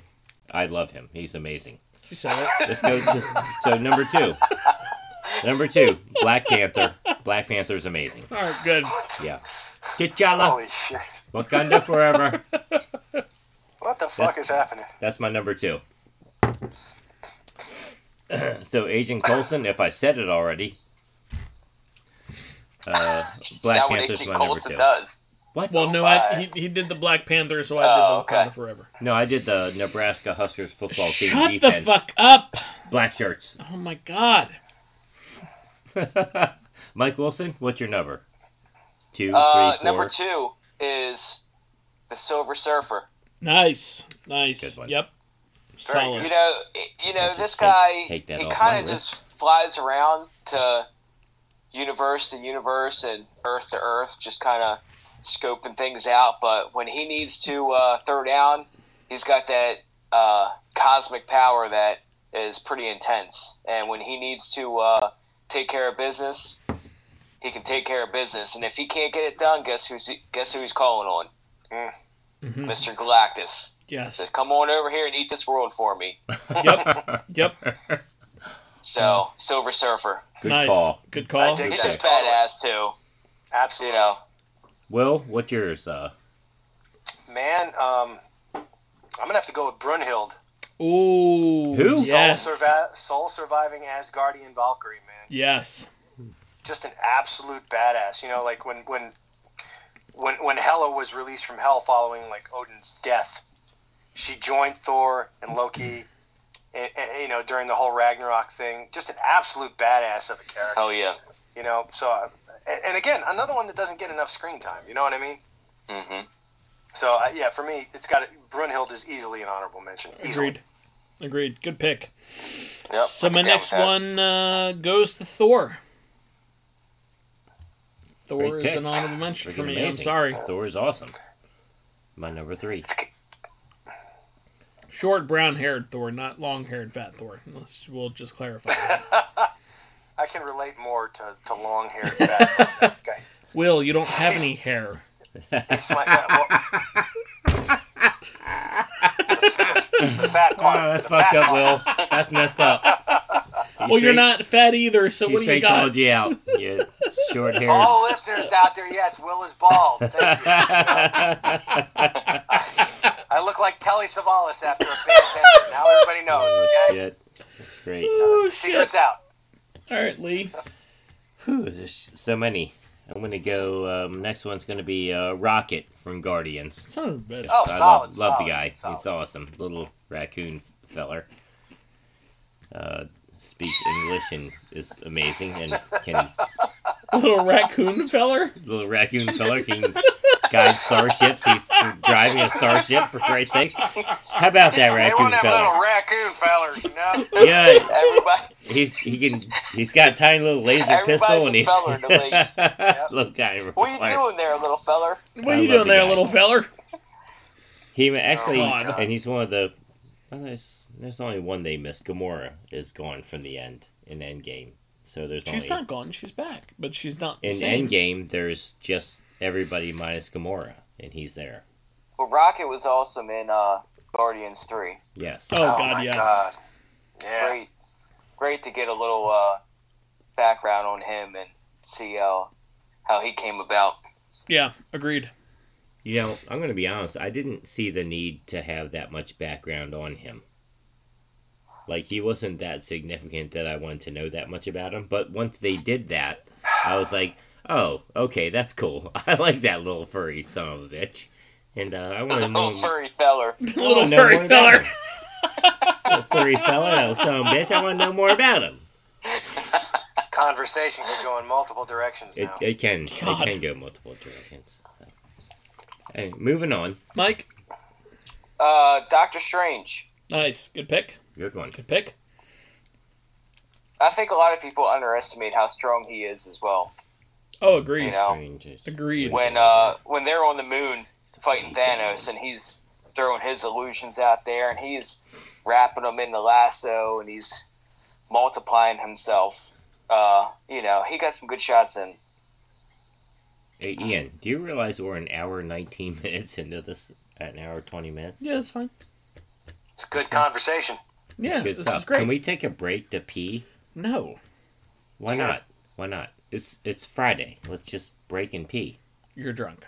I love him. He's amazing. You said it. Let's go to so number two. Number two, Black Panther. Black Panther's amazing. All right, *laughs* good. Yeah. T'Challa, Holy shit! Wakanda forever. What the fuck is happening? That's my number two. *clears throat* so Agent Coulson, if I said it already. *laughs* Uh, Is Black that what Panther's Agent my number Coulson two. does? What? Well, no, I, he, he did the Black Panther, so I Oh, did the Wakanda okay. Forever. No, I did the Nebraska Huskers football team Shut the defense. fuck up! Black shirts. *laughs* Oh my god. Mike Wilson, what's your number? Two, three, four. Uh, number two is the Silver Surfer. Nice, nice. Good one. Yep. Very- Solid. You know, i- you know Just this take- guy. take that he off my kind of just flies around to universe to universe and Earth to Earth, just kind of scoping things out. But when he needs to uh, throw down, he's got that uh, cosmic power that is pretty intense. And when he needs to uh, take care of business, he can take care of business. And if he can't get it done, guess who's guess who he's calling on? Mhm. Mr. Galactus. Yes. So come on over here and eat this world for me. Yep. Yep. So Silver Surfer. *laughs* Good nice. call. Good call. I dig He's Okay. just badass too. You Absolutely. know. Will, what's yours? Uh, Man, um, I'm gonna have to go with Brunhild. Ooh. Who? Soul Yes. Soul, survi- soul surviving Asgardian Valkyrie, man. Yes. Just an absolute badass. You know, like when when when when Hela was released from hell following like Odin's death, she joined Thor and Loki. And, and, you know, during the whole Ragnarok thing, just an absolute badass of a character. Hell yeah. You know, so uh, and, and again, another one that doesn't get enough screen time. You know what I mean? Mm-hmm. So uh, yeah, for me, it's got Brunhild is easily an honorable mention. Easily. Agreed. Agreed. Good pick. Yep, So I my could go next with that. one uh, goes to Thor. Thor Great is an pick. honorable mention freaking for me. I'm amazing. sorry. Thor is awesome. My number three. Short, brown-haired Thor, not long-haired, fat Thor. Let's, we'll just clarify. *laughs* that. I can relate more to, to long hair. That guy. Will, you don't have *laughs* any hair. It's like, uh, well, the fat part. Oh, that's the fat fucked up, part. Will. That's messed up. You Well, you're straight- not fat either. So You what do you straight got? called you *laughs* out. You short For hair. all listeners out there, yes, Will is bald. Thank you. I look like Telly Savalas after a bad bender. Now everybody knows. Oh, Okay, shit. That's great. Oh shit! secrets out. All right, Lee. Whew, there's so many. I'm gonna go. Um, next one's gonna be uh, Rocket from Guardians. Son of a bitch. Oh, I solid, love, love solid, the guy. solid. He's awesome. Little raccoon f- feller. Uh, speaks English and is amazing. And can Little raccoon feller. little raccoon feller can guide starships. He's driving a starship for Christ's sake. How about that They raccoon want that feller? little raccoon fellers, you know. Yeah, Everybody, he, he can. He's got a tiny little laser Everybody's pistol, and a he's feller in the *laughs* league. little guy. in what are fire. you doing there, little feller? What I are you love doing the there, guy. little feller? He actually, Oh, God. and he's one of the. Well, there's, there's only one they missed. Gamora is gone from the end in Endgame, so there's She's only not gone. She's back, but she's not the in same. Endgame. There's just everybody minus Gamora, and he's there. Well, Rocket was awesome in uh, Guardians Three. Yes. *laughs* Oh, oh god, my yeah. god. Yeah. Great, great to get a little uh, background on him and see how how he came about. Yeah, agreed. *laughs* You know, I'm gonna be honest. I didn't see the need to have that much background on him. Like he wasn't that significant that I wanted to know that much about him. But once they did that, I was like, "Oh, okay, that's cool. *laughs* I like that little furry son of a bitch." And uh, I *laughs* *laughs* want to know Little Oh, furry feller. little wanna know Oh, Oh, furry more about feller. him. little furry fella, little son of a bitch. I want to know more about him. Conversation could go in multiple directions It, now. it can God. it can go multiple directions. Anyway, moving on. Mike. Uh, Doctor Strange. Nice. Good pick. Good one. Good pick. I think a lot of people underestimate how strong he is as well. Oh, agreed. You know, Strangers. Agreed. when uh, when they're on the moon fighting Thanos, and he's throwing his illusions out there, and he's wrapping them into lasso, and he's multiplying himself. Uh, you know, he got some good shots in. Hey, Uh, Ian, do you realize we're an hour and 19 *laughs* minutes into this? An hour 20 minutes? Yeah, that's fine. It's *laughs* good conversation. Yeah, Good this stuff. is great. Can we take a break to pee? No, Why Sure. not? Why not? It's it's Friday. Let's just break and pee. you're drunk.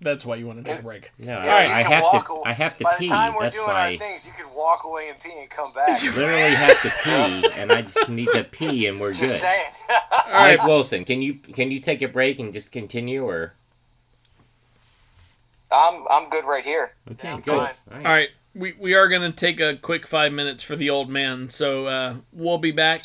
That's why you want to take a break. No, You know, I, you I can have to. walk I have to By pee. the time we're That's doing why our things, you could walk away and pee and come *laughs* back. I literally have to pee, *laughs* and I just need to pee, and we're Just good. saying. All All right. right, Wilson, can you can you take a break and just continue, or I'm I'm good right here. okay, I'm good. fine. All All right. We, we are going to take a quick five minutes for the old man, so uh, we'll be back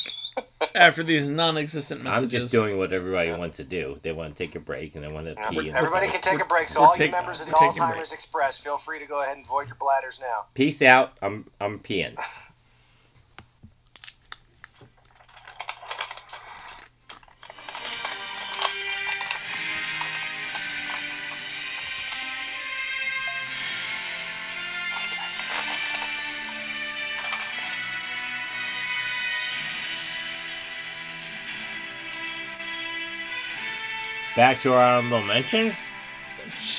after these non existent messages. I'm just doing what everybody wants to do. They want to take a break and they want to pee. and Everybody can take a break. So We're all you taking- members of the we're taking a break. Alzheimer's Express, feel free to go ahead and void your bladders now. Peace out. I'm I'm peeing. Back to our honorable mentions.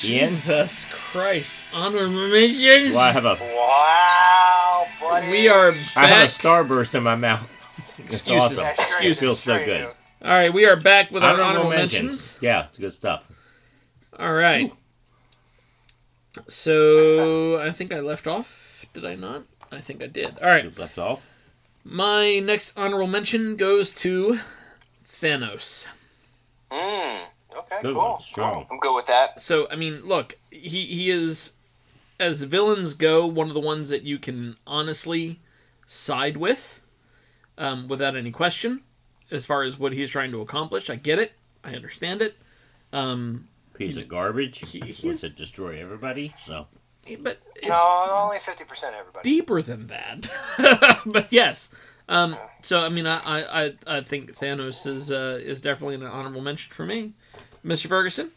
Ian? Jesus Christ. Honor missions. Well, I have a Wow, buddy. We are I have a back. starburst in my mouth. *laughs* It's Excuses. awesome. That sure It is feels so true. good. All right, we are back with our Honorable, honorable mentions. mentions. Yeah, it's good stuff. All right. So I think I left off. Did I not? I think I did. All right. You left off. My next honorable mention goes to Thanos. Mm, Okay, Good cool. one. Strong. I'm good with that. So I mean, look, he he is as villains go one of the ones that you can honestly side with um, without any question as far as what he is trying to accomplish. I get it. I understand it. Um, Piece of garbage. He- He he's- wants to destroy everybody. So but it's No, only 50% everybody. deeper than that. *laughs* but yes. Um, so I mean, I, I, I- I think Thanos is uh, is definitely an honorable mention for me, Mr. Ferguson.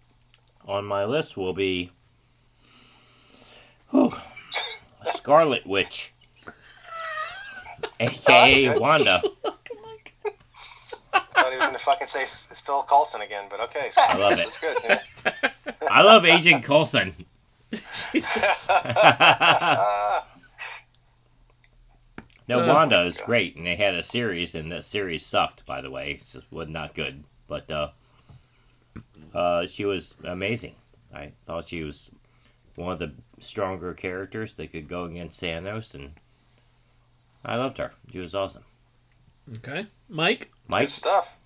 *laughs* on my list will be whew, Scarlet Witch, Oh, aka Wanda. I thought he was going to fucking say S- it's Phil Coulson again, but *laughs* okay. it's I love it. That's good. yeah. I love Agent Coulson. Jesus. *laughs* No, Uh, Wanda is great, and they had a series, and that series sucked, by the way. It just was not good, but uh, uh, she was amazing. I thought she was one of the stronger characters that could go against Thanos, and I loved her. She was awesome. okay, Mike. Mike, Good stuff.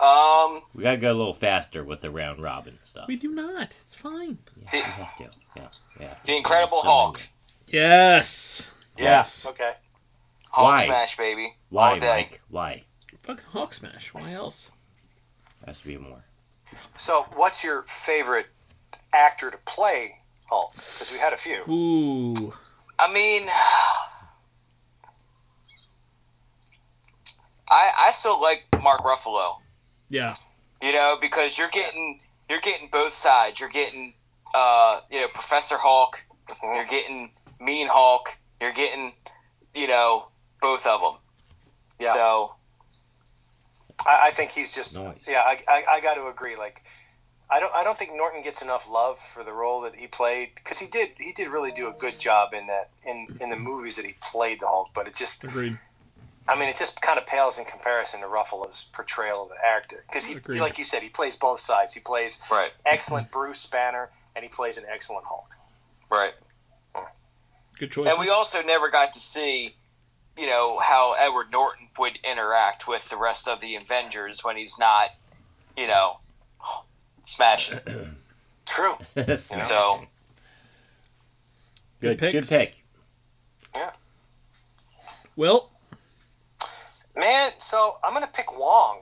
Um, we gotta go a little faster with the round robin stuff. We do not. It's fine. Yeah, we have to. Yeah, yeah. The Incredible Hulk. Yes. Yes. Okay. Hulk Why? smash, baby. Why, All day. Mike? Why? Fucking Hawk Smash. Why else? Has to be more. *laughs* So, what's your favorite actor to play Hulk? Because we had a few. Ooh. I mean, I I still like Mark Ruffalo. Yeah. You know, because you're getting you're getting both sides. You're getting uh, you know Professor Hulk. You're getting Mean Hulk. You're getting you know both of them. Yeah. So I, I think he's just Nice. yeah. I, I, I got to agree. Like, I don't I don't think Norton gets enough love for the role that he played because he did he did really do a good job in that in in the movies that he played the Hulk. But it just Agreed. I mean it just kind of pales in comparison to Ruffalo's portrayal of the actor because he Agreed. like you said he plays both sides. He plays right, excellent Bruce Banner and he plays an excellent Hulk. right. Good choice. And we also never got to see, you know, how Edward Norton would interact with the rest of the Avengers when he's not, you know, smashing. True. So- good, Good good picks. pick. Well. Man, so I'm gonna pick Wong.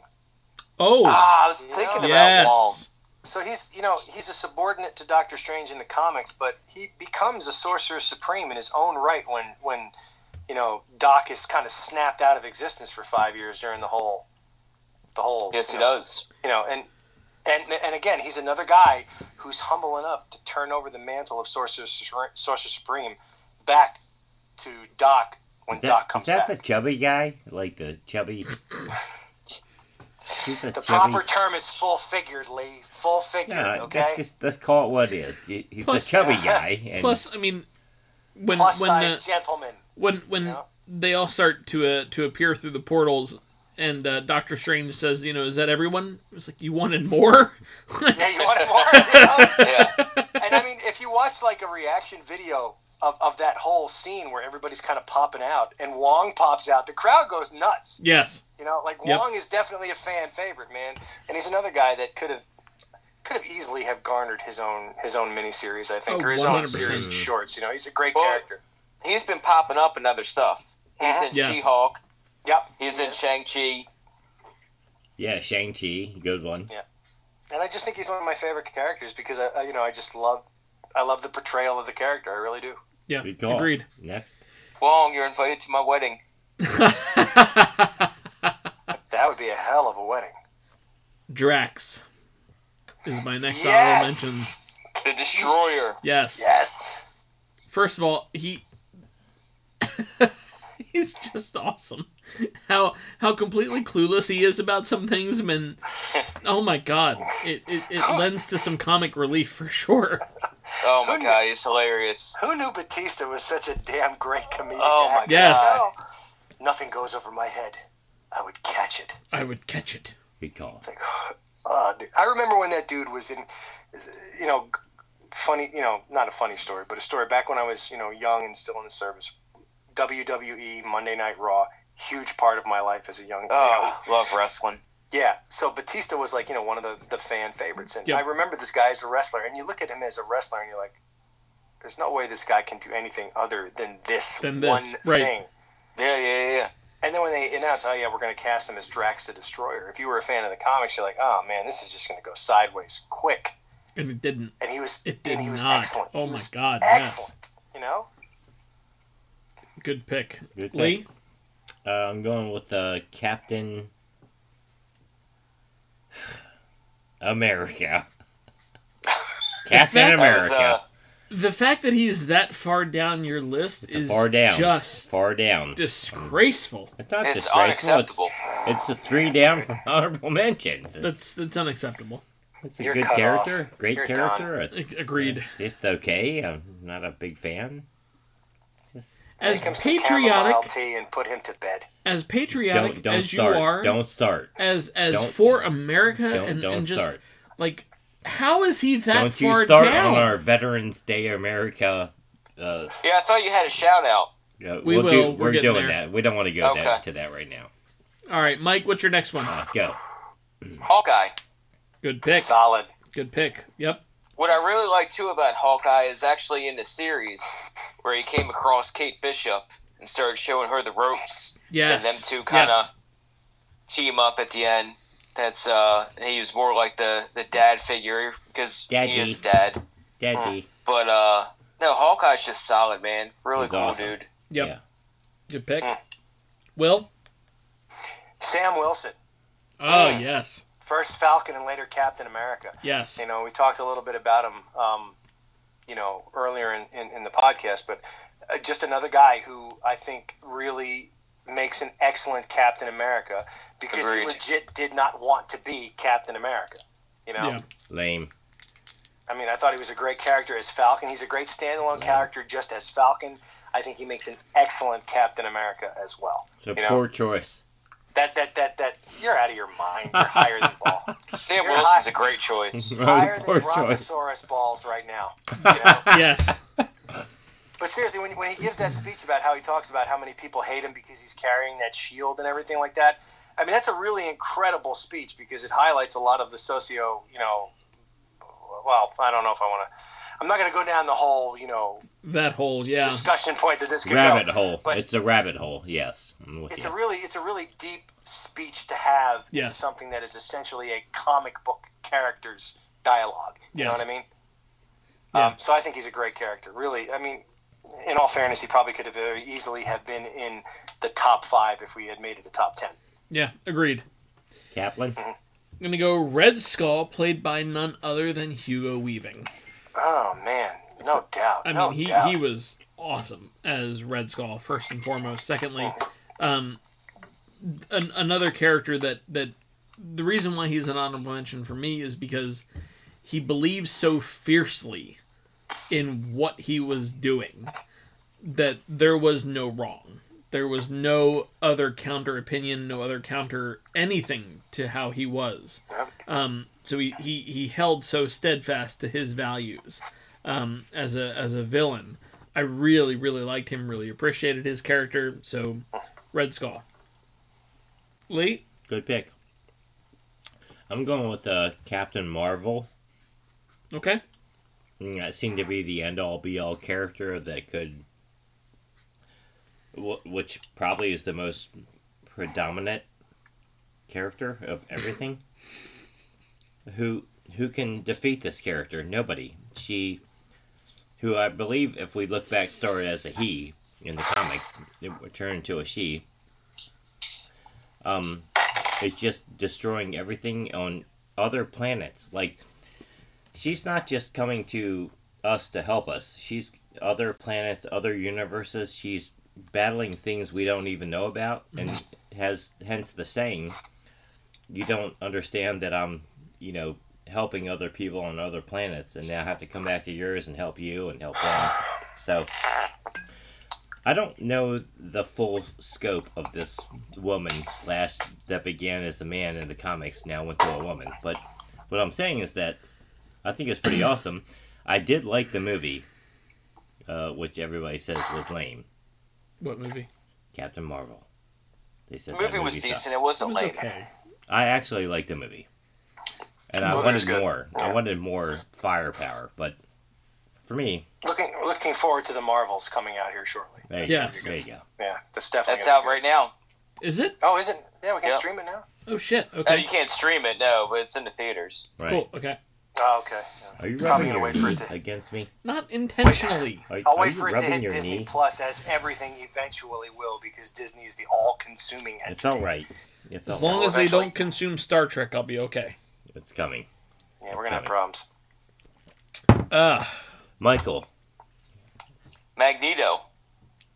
Oh. Ah, I was ah, thinking about Wong. yes. So he's you know he's a subordinate to Doctor Strange in the comics, but he becomes a Sorcerer Supreme in his own right when when you know Doc is kind of snapped out of existence for five years during the whole the whole Yes, you he know, does. you know and and and again he's another guy who's humble enough to turn over the mantle of Sorcerer, Sur- Sorcerer Supreme back to Doc when Is that, Doc comes is that back. the chubby guy? Like the *laughs* chubby. He's The, chubby- proper term is full figured, Lee. Full figured. Yeah, okay. let's just let's call it what it is. He- He's Plus- uh, the chubby guy, and Plus, I mean, when Plus when size the, gentleman. when when Yeah. they all start to uh, to appear through the portals, and uh, Doctor Strange says, "You know, is that everyone?" It's like you wanted more. *laughs* Yeah, you wanted more. *laughs* You know? Yeah. and I mean, if you watch like a reaction video of, of that whole scene where everybody's kind of popping out and Wong pops out, the crowd goes nuts. yes, You know, like Yep. Wong is definitely a fan favorite, man, and he's another guy that could have could have easily have garnered his own his own miniseries, I think, Oh, or his own 100%. series of shorts. You know, he's a great Well- character. he's been popping up in other stuff. He's in Yes. She-Hulk. Yep. He's in Shang-Chi. yeah, Shang Chi, good one. and I just think he's one of my favorite characters because I, I you know I just love I love the portrayal of the character. I really do. yeah, Good call. *laughs* agreed. Next, Wong, you're invited to my wedding. That would be a hell of a wedding. Drax is my next honorable mention. yes. The Destroyer. Yes. Yes. First of all, he *laughs* he's just awesome. How how completely clueless he is about some things, man. Oh my god, it it, it lends to some comic relief for sure. Oh my god, he's hilarious. Who knew Batista was such a damn great comedian? Oh my Yes. god. Nothing goes over my head. I would catch it. I would catch it. good call. Like, *sighs* oh, dude. I remember when that dude was in, you know, funny, you know, not a funny story, but a story back when I was, you know, young and still in the service. WWE Monday Night Raw, huge part of my life as a young. you know, Oh, love wrestling. Yeah, so Batista was like, you know, one of the, the fan favorites. And Yeah. I remember this guy as a wrestler, and you look at him as a wrestler, and you're like, there's no way this guy can do anything other than this, Than this, one right. thing. Yeah, yeah, yeah. And then when they announced, oh, yeah, we're going to cast him as Drax the Destroyer, if you were a fan of the comics, you're like, oh, man, this is just going to go sideways quick. And it didn't. And he was, It and did he was not. excellent. Oh He my was God, yes. Excellent. You know? Good pick. Good pick. Lee? Uh, I'm going with uh, Captain *sighs* *laughs* America. Captain That That was, America. uh, The fact that he's that far down your list It's is a far down. just far down. disgraceful. It's not it's disgraceful. unacceptable. It's, it's a three down from *laughs* honorable mentions. It's, That's that's unacceptable. it's a You're good cut character, off. great You're character. It's, Ag- agreed. It's just okay. I'm not a big fan. As Take him some chamomile patriotic tea and put him to bed. as patriotic Don't don't as you start. are Don't start. as as Don't- for America Don't and, don't and just start. like how is he that Don't far you start down? on our Veterans Day America. Uh, Yeah, I thought you had a shout out. uh, We we'll will. Do, We're we're getting doing there. that. We don't want to go that, Okay. to that right now. All right, Mike, what's your next one? Go. Hawkeye. Good pick. Solid. Good pick. Yep. What I really like too about Hawkeye is actually in the series where he came across Kate Bishop and started showing her the ropes. Yes. And them two kinda- Yes. team up at the end. That's uh, he was more like the the dad figure because he Daddy. is dad. Daddy. Mm. But uh, no, Hawkeye's just solid, man. Really He's cool awesome. dude. Yep. Yeah. Good pick. Hmm. Mm. Will? Sam Wilson, Oh, Mm. yes. first Falcon and later Captain America. Yes. You know, we talked a little bit about him, um, you know, earlier in, in, in the podcast, but uh, just another guy who I think really makes an excellent Captain America because he Agreed. legit did not want to be Captain America. You know, Yeah. Lame. I mean, I thought he was a great character as Falcon. He's a great standalone character just as Falcon. I think he makes an excellent Captain America as well. So you know, poor choice. *laughs* that that that that you're out of your mind. You're *laughs* higher than ball. Sam *laughs* You're Wilson's high. a great choice. Higher than Oh, poor choice. Brontosaurus balls *laughs* right now. You know? Yes. But seriously, when, when he gives that speech about how he talks about how many people hate him because he's carrying that shield and everything like that, I mean that's a really incredible speech because it highlights a lot of the socio, you know, well, I don't know if I want to. I'm not going to go down the whole, you know, That whole, yeah. discussion point that this could Rabbit go. hole. But- it's a rabbit hole. Yes. I'm with It's you. a really, it's a really deep speech to have in Yes. something that is essentially a comic book character's dialogue. You know Yes. what I mean? Yeah. Um, so I think he's a great character. Really, I mean, in all fairness, he probably could have very easily have been in the top five if we had made it a top ten. Yeah, agreed. Kaplan. Mm-hmm. I'm gonna go Red Skull, played by none other than Hugo Weaving. Oh man, no doubt. I mean, no he, doubt. he was awesome as Red Skull, first and foremost. Secondly, um, an, another character that, that the reason why he's an honorable mention for me is because he believes so fiercely in what he was doing that there was no wrong. There was no other counter opinion, no other counter anything to how he was. Um, so he, he, he held so steadfast to his values um, as a as a villain. I really really liked him. Really appreciated his character. So, Red Skull. Lee. Good pick. I'm going with uh, Captain Marvel. Okay. Mm, That seemed to be the end all be all character that could, wh- which probably is the most predominant character of everything. who who can defeat this character? Nobody. She, who I believe, if we look back, started as a he in the comics, it would turn into a she. Um, is just destroying everything on other planets, like she's not just coming to us to help us. She's other planets, other universes. She's battling things we don't even know about, and has hence the saying, "You don't understand that I'm, you know, helping other people on other planets, and now I have to come back to yours and help you and help them." So. I don't know the full scope of this woman slash that began as a man in the comics now went to a woman, but what I'm saying is that I think it's pretty awesome. I did like the movie, uh, which everybody says was lame. What movie? Captain Marvel. They said The that movie was sucked. decent. It It wasn't was lame. okay. I actually liked the movie, and I Movie was wanted good. more. I wanted more firepower, but for me, looking looking forward to the Marvels coming out here shortly. there you, Yes. go. There you go. Yeah, that's definitely. That's gonna out be good. right now. Is it? Oh, is it? Yeah, we can Yeah. stream it now. Oh shit. No, you Okay. can't stream it. No, but it's in the theaters. Right? Cool. Okay. Oh, okay. yeah. Are you Probably rubbing your gonna wait for knee it to- against me? Not intentionally. Are, I'll are wait you for it to rubbing hit your Disney knee? Plus, as everything eventually will, because Disney is the all-consuming It entity. felt right. It felt As long right. as they Actually- don't consume Star Trek, I'll be okay. it's coming, Yeah, we're gonna have coming. problems. Ah, Michael. Magneto.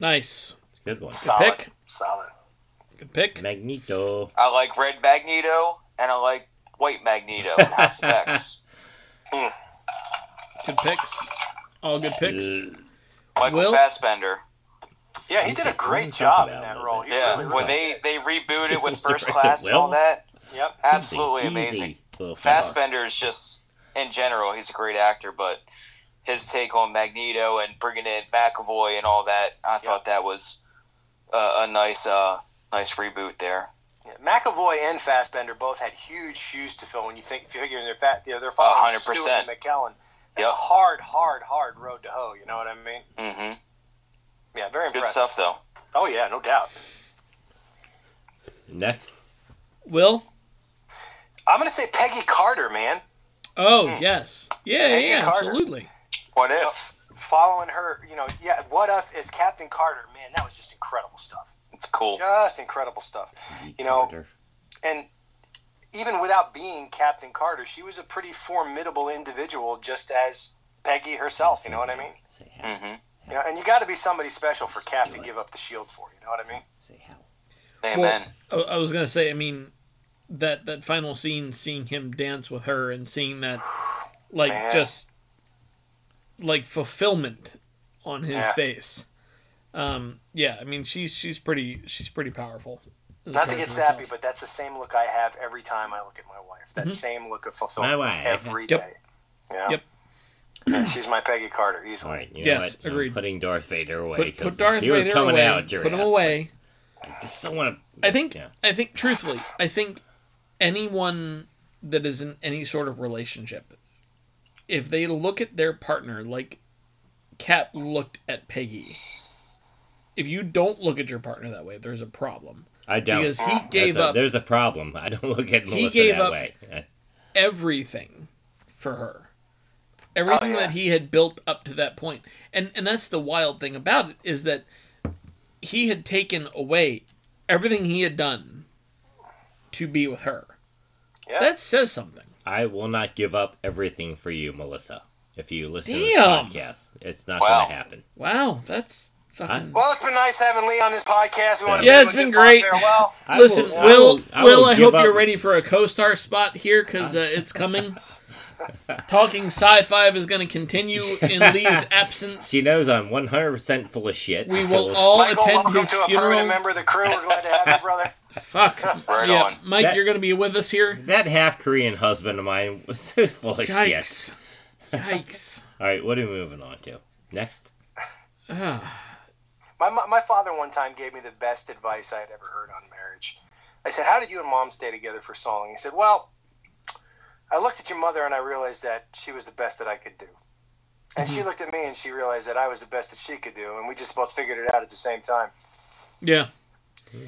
nice. Good one. Solid, pick. solid. Good pick. Magneto. I like red Magneto and I like white Magneto in House of X. Good picks. All good picks. Ugh. Michael Will? Fassbender. Yeah, he did a He's great talking about job in it a that little role. bit. He Yeah, really, when really they they rebooted Directed with First Class and well? all that, Yep. absolutely Easy, amazing. easy little fella. Fassbender is just in general, he's a great actor, but his take on Magneto and bringing in McAvoy and all that, I thought that was uh, a nice uh, nice reboot there. Yeah, McAvoy and Fassbender both had huge shoes to fill. When you think, if you figure they're fat, you know, they're following 100%. Stewart and McKellen. That's Yep. a hard, hard, hard road to hoe. You know what I mean? hmm Yeah, very Good impressive. stuff though. Oh yeah, no doubt. Next. Will. I'm gonna say Peggy Carter, man. Oh yes. Yeah. Peggy Yeah. Mm. Carter. Absolutely. What if? Following her, you know, yeah. What if as Captain Carter? Man, that was just incredible stuff. It's cool. Just incredible stuff. You know, Carter. and even without being Captain Carter, she was a pretty formidable individual, just as Peggy herself. You know what I mean? Say how. hmm You know, and you got to be somebody special for Cap to give up the shield for. You know what I mean? Say how. Amen. Well, I I was gonna say, I mean, that that final scene, seeing him dance with her, and seeing that, like, Man. just like fulfillment on his Yeah. face. Um, yeah, I mean, she's she's pretty she's pretty powerful. as a Not to get character sappy, herself. but that's the same look I have every time I look at my wife. That same look of fulfillment My wife. every day. Mm-hmm. Yep. You know? Yep. Yeah, she's my Peggy Carter easily. All right. You Yes, know what? agreed. I'm putting Darth Vader away. put, 'cause put Darth he was Vader coming away. out your put him ass, away. but I just don't want to. I think Yeah. I think truthfully, I think anyone that is in any sort of relationship, if they look at their partner like Cap looked at Peggy, if you don't look at your partner that way, there's a problem. I don't. Because he That's gave a- *laughs* up There's a problem. I don't look at Melissa gave that up- way. everything for her. Everything yeah. that he had built up to that point, and and that's the wild thing about it is that he had taken away everything he had done to be with her. Yeah. That says something. I will not give up everything for you, Melissa. If you listen Damn. to this podcast, it's not Wow. going to happen. Wow, that's fucking. Well, it's been nice having Lee on this podcast. We want to Yeah, bid it's him a been good fond great. Farewell. I Listen, I Will, I Will, I give hope up- you're ready for a co-star spot here because uh, it's coming. Talking sci-fi is going to continue in Lee's absence. She knows I'm 100% full of shit. *laughs* we so will all Michael, attend welcome his to a funeral. permanent member of the crew. We're glad to have *laughs* you, brother. *laughs* Fuck. Right yeah, on. Mike, That- you're going to be with us here. That half Korean husband of mine was *laughs* so full of shit. Yikes! Yikes! All right, what are we moving on to? Next. My, my, my father one time gave me the best advice I had ever heard on marriage. I said, How did you and mom stay together for so long? He said, Well, I looked at your mother and I realized that she was the best that I could do. And Mm-hmm. she looked at me and she realized that I was the best that she could do. And we just both figured it out at the same time. Yeah.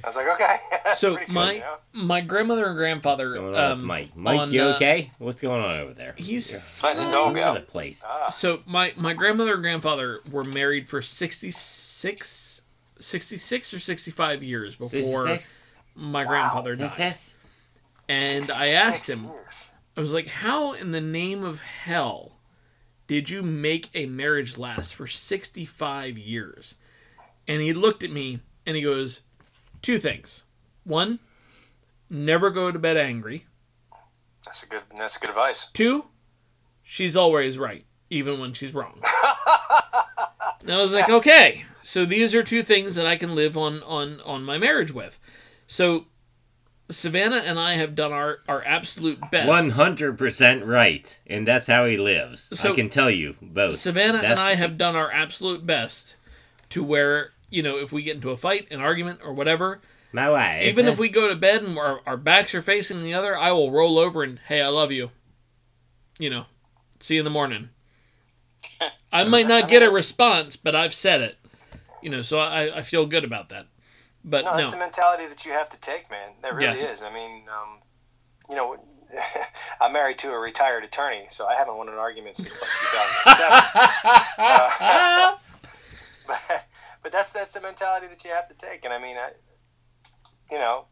I was like, Okay. *laughs* that's So pretty good, my you know? my grandmother and grandfather. What's going on um, with Mike? Mike, on, you uh, okay? What's going on over there? He's Letting the dog All over out. the place. Uh, Ah. so my my grandmother and grandfather were married for 66, 66 or sixty five years before 66? my grandfather died. 66? And I asked Six him, years. I was like, how in the name of hell did you make a marriage last for 65 years? And he looked at me and he goes, two things. One, never go to bed angry. That's a good, that's good advice. Two, she's always right, even when she's wrong. and I was like, okay, so these are two things that I can live on on on my marriage with. So Savannah and I have done our our absolute best. 100% right. And that's how he lives. So- I can tell you both. Savannah That's- and I have done our absolute best to where, you know, if we get into a fight, an argument, or whatever, My wife. even if we go to bed and our, our backs are facing the other, I will roll over and, hey, I love you. You know, see you in the morning. I might not get *laughs* a response, but I've said it. You know, so I, I feel good about that. But No, Uh, no, *laughs* that's the mentality that you have to take, man. That really Yes. is. I mean, um, you know, *laughs* I'm married to a retired attorney, so I haven't won an argument *laughs* since like 2007. Uh, *laughs* but, but that's that's the mentality that you have to take. And I mean, I, you know,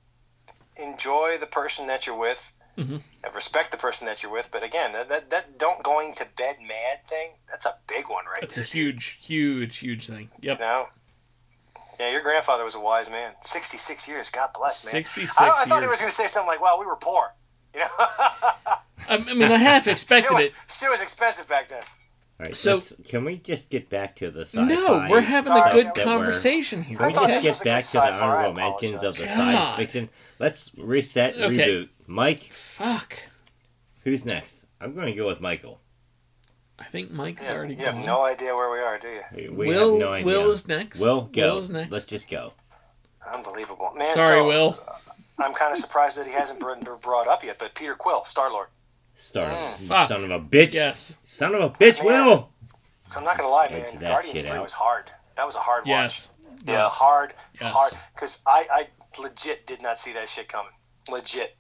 enjoy the person that you're with. Mm-hmm. And respect the person that you're with, but again, that, that, that don't going to bed mad thing—that's a big one, right? that's a huge, huge, huge thing. Yep. No. Yeah, your grandfather was a wise man. Sixty-six years. God bless, man. 66 I, I thought he years. was going to say something like, "Wow, we were poor." *laughs* You know, I, I mean, I *laughs* half shit, expected was, it. shit was expensive back then. All right, so- so. Can we just get back to the sci No, we're having a good that we're- conversation here. Can we thought just this was get a back good to the sci-fi. I honorable mentions of the apologize. science fiction? Let's reset, Okay. reboot. Mike, Fuck. who's next? I'm going to go with Michael. I think Mike's Yeah, already you have gone. no idea where we are, do you? We Will- have no idea. Will is next. Will, go. Will is next. Let's just go. Unbelievable, man. Sorry, so, uh, Will. I'm kind of surprised that he hasn't been been brought up yet. But Peter Quill, Star Lord. Start. you Oh, Fuck. son of a bitch. Yes. Son of a bitch, Will. So I'm not going to lie, Edit man. that Guardians shit Three out. was hard. That was a hard Yes. watch. It was a Yes. hard, Yes. hard. Because I, I legit did not see that shit coming. Legit.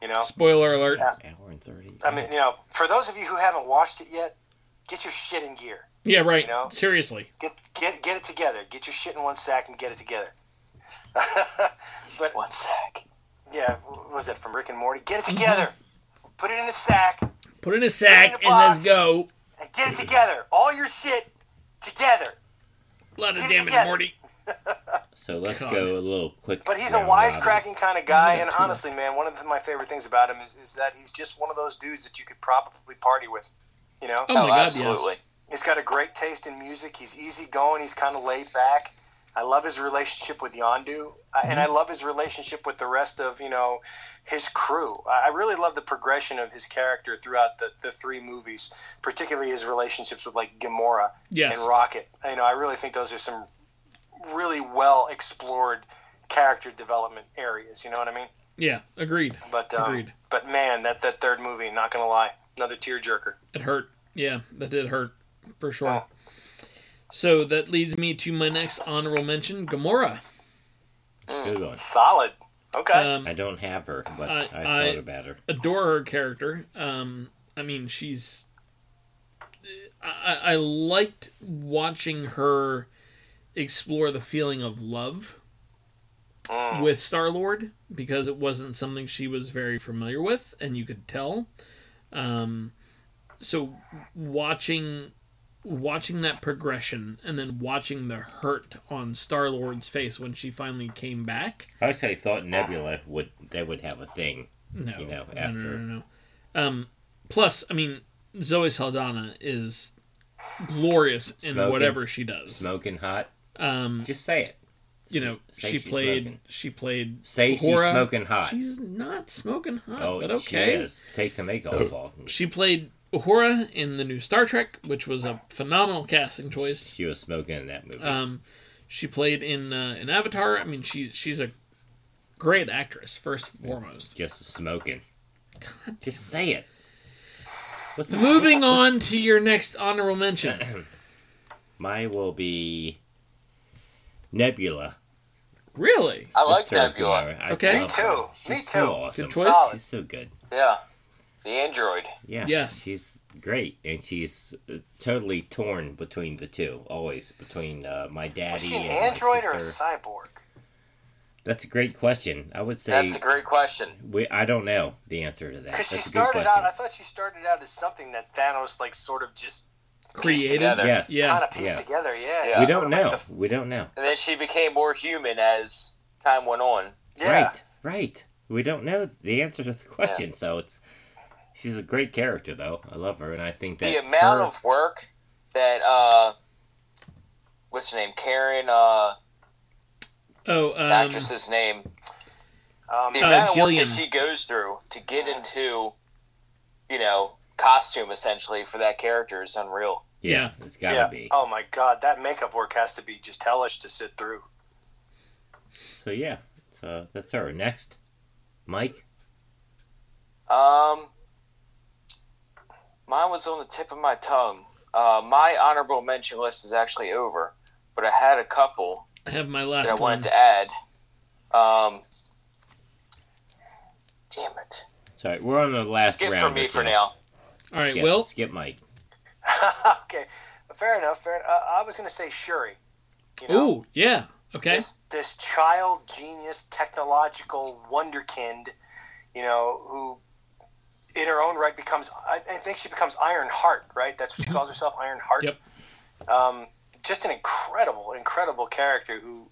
You know. Spoiler alert. Yeah. Hour and 30. I mean, you know, for those of you who haven't watched it yet, get your shit in gear. Yeah, right. You know? Seriously. Get get get it together. Get your shit in one sack and get it together. *laughs* but One sec. yeah, what was that from Rick and Morty? Get it together. Put it in a sack and Put in a sack Put it in and a let's box. go. get it together. All your shit together. A lot of Get it damn it, together. Morty. So let's God. go a little quick. But he's a round robin. wisecracking kind of guy, and honestly, man, one of the, my favorite things about him is, is that he's just one of those dudes that you could probably party with. You know, Oh my god, absolutely. He's got a great taste in music. He's easygoing. He's kind of laid back. I love his relationship with Yondu, I and I Mm-hmm. love his relationship with the rest of you know his crew. I I really love the progression of his character throughout the, the three movies, particularly his relationships with like Gamora Yes. and Rocket. You know, I really think those are some really well explored character development areas. You know what I mean? yeah. Yeah, agreed. But um, Agreed. but man, that that third movie, not gonna lie, another tearjerker. It hurt. Yeah, that did hurt for Oh. sure. So that leads me to my next honorable mention, Gamora. Good one. Solid. Okay. Um, I don't have her, but I- I, I- thought about her. adore her character. Um, I mean, she's. I, I I liked watching her explore the feeling of love with Star Lord because it wasn't something she was very familiar with, and you could tell. Um, so watching watching that progression and then watching the hurt on Star Lord's face when she finally came back. I actually thought Nebula would they would have a thing. No, You know, no, after- no, no, no, no. Um, plus, I mean, Zoe Saldana is glorious in Smoking. whatever she does. Smoking hot. Um, Just say it. you know, Say she she's played. smoking. She played. Say she's Uhura. smoking hot. She's not smoking hot, oh, but she okay. is. Take the makeup off. She played Uhura in the new Star Trek, which was a phenomenal casting choice. She was smoking in that movie. Um, she played in uh, in Avatar. I mean, she she's a great actress first and foremost. Just smoking. Just say it. What's the Moving on to your next honorable mention. *clears throat* Mine will be Nebula. Really? I like Sister of Nebula. Gamora. I Okay. Me love too. her. Me She's so too. awesome. Good choice. She's so good. Yeah, the android. Yeah. Yes. She's great, and she's uh, totally torn between the two. Always between uh, my daddy Was she an and android my or a sister. cyborg? That's a great question. I would say That's a great question. we, I don't know the answer to that. Because That's she a good started out, question. I thought she started out as something that Thanos like sort of just Created. together. Yes. Yeah. kind of pieced yes. together. Yeah, We We don't She's sort of like know. the f- we don't know. And then she became more human as time went on. yeah, Right. Right. We don't know the answer to the question, so it's. She's a great character, though. I love her, and I think that the amount her- of work that uh, what's her name? Karen. Uh, Oh, the um, actress's name. Um, The Uh, amount of work that Jillian. she goes through to get into, you know, costume essentially for that character is unreal. yeah, it's gotta yeah. be. Oh my god, that makeup work has to be just hellish to sit through. *laughs* So yeah, so that's her. Next, Mike. Um, mine was on the tip of my tongue. Uh, my honorable mention list is actually over, but I had a couple I have my that I last one. wanted to add. Um, damn it! Sorry, we're on the last Skip round. for me or for two. now. All right, Skip, Will. skip Mike. okay, fair enough. Fair. Uh, I was gonna say Shuri. You know, Ooh, yeah. Okay. this this child genius, technological wonderkind, you know, who in her own right becomes. I, I think she becomes Iron Heart, right? That's what she calls herself, Iron Heart. Yep. Um, just an incredible, incredible character who,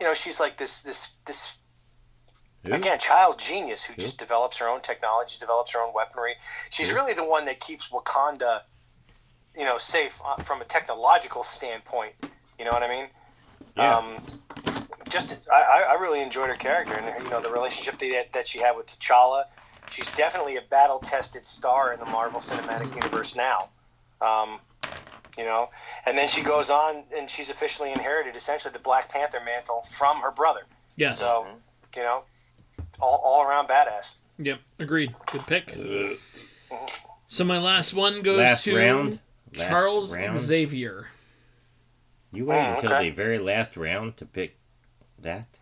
you know, she's like this this this Who? again child genius who just develops her own technology develops her own weaponry she's really the one that keeps wakanda you know safe uh, from a technological standpoint you know what i mean Yeah. um, just I, I I really enjoyed her character and you know the relationship that, that she had with t'challa she's definitely a battle tested star in the marvel cinematic universe now um, you know and then she goes on and she's officially inherited essentially the black panther mantle from her brother Yes. so, Mm-hmm. you know, all, all around badass. Yep. Agreed. Good pick. Um, So my last one goes Last to round. Last Charles round. Xavier. You wait Oh, until okay. the very last round to pick that.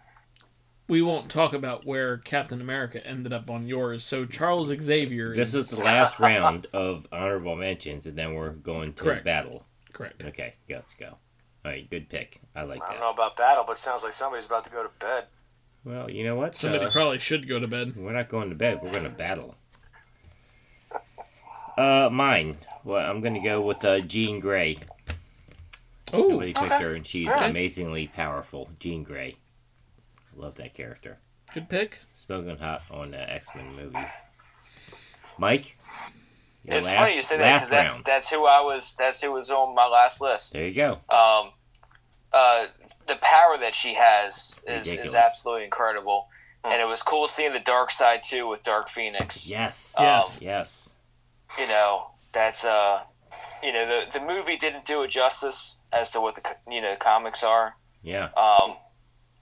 We won't talk about where Captain America ended up on yours. So Charles Xavier. This is the last round of honorable mentions, and then we're going to Correct. battle. correct. Okay, let's go. All right, good pick. I like I don't that. know about battle, but sounds like somebody's about to go to bed. Well, you know what? Somebody Uh, probably should go to bed. We're not going to bed. We're going to battle. Uh, mine. Well, I'm going to go with uh, Jean Grey. Oh, Somebody picked her, and she's Okay. amazingly powerful. Jean Grey. I love that character. good pick. Smoking hot on uh, X Men movies. Mike. your it's last- funny you say that last because that's round. that's who I was. That's who was on my last list. There you go. um, uh, the power that she has is, Ridiculous. is absolutely incredible. Hmm. And it was cool seeing the dark side too with Dark Phoenix. Yes. Um, Yes. Yes. You know, that's uh, you know, the the movie didn't do it justice as to what the co- you know the comics are. Yeah. Um,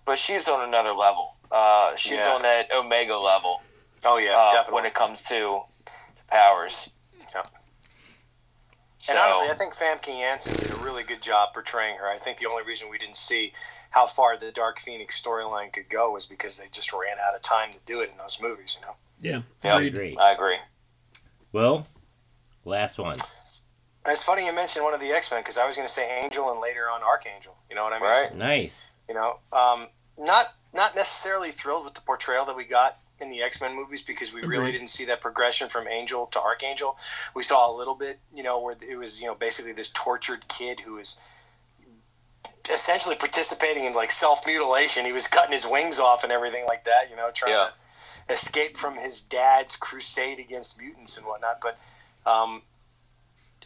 but she's on another level. Uh, she's Yeah. on that Omega level Oh, yeah, uh, definitely. when it comes to powers. Yeah. So, and honestly, I think Famke Janssen did a really good job portraying her. I think the only reason we didn't see how far the Dark Phoenix storyline could go was because they just ran out of time to do it in those movies, you know? Yeah. I Yeah. Agreed. agree. I agree. Well, Last one. It's funny you mentioned one of the X Men because I was going to say Angel and later on Archangel. You know what I mean? Right. Nice. You know, um, not not necessarily thrilled with the portrayal that we got in the X Men movies because we really Agreed. didn't see that progression from Angel to Archangel. We saw a little bit, you know, where it was you know basically this tortured kid who was essentially participating in like self mutilation. He was cutting his wings off and everything like that. You know, trying Yeah. to escape from his dad's crusade against mutants and whatnot. But um,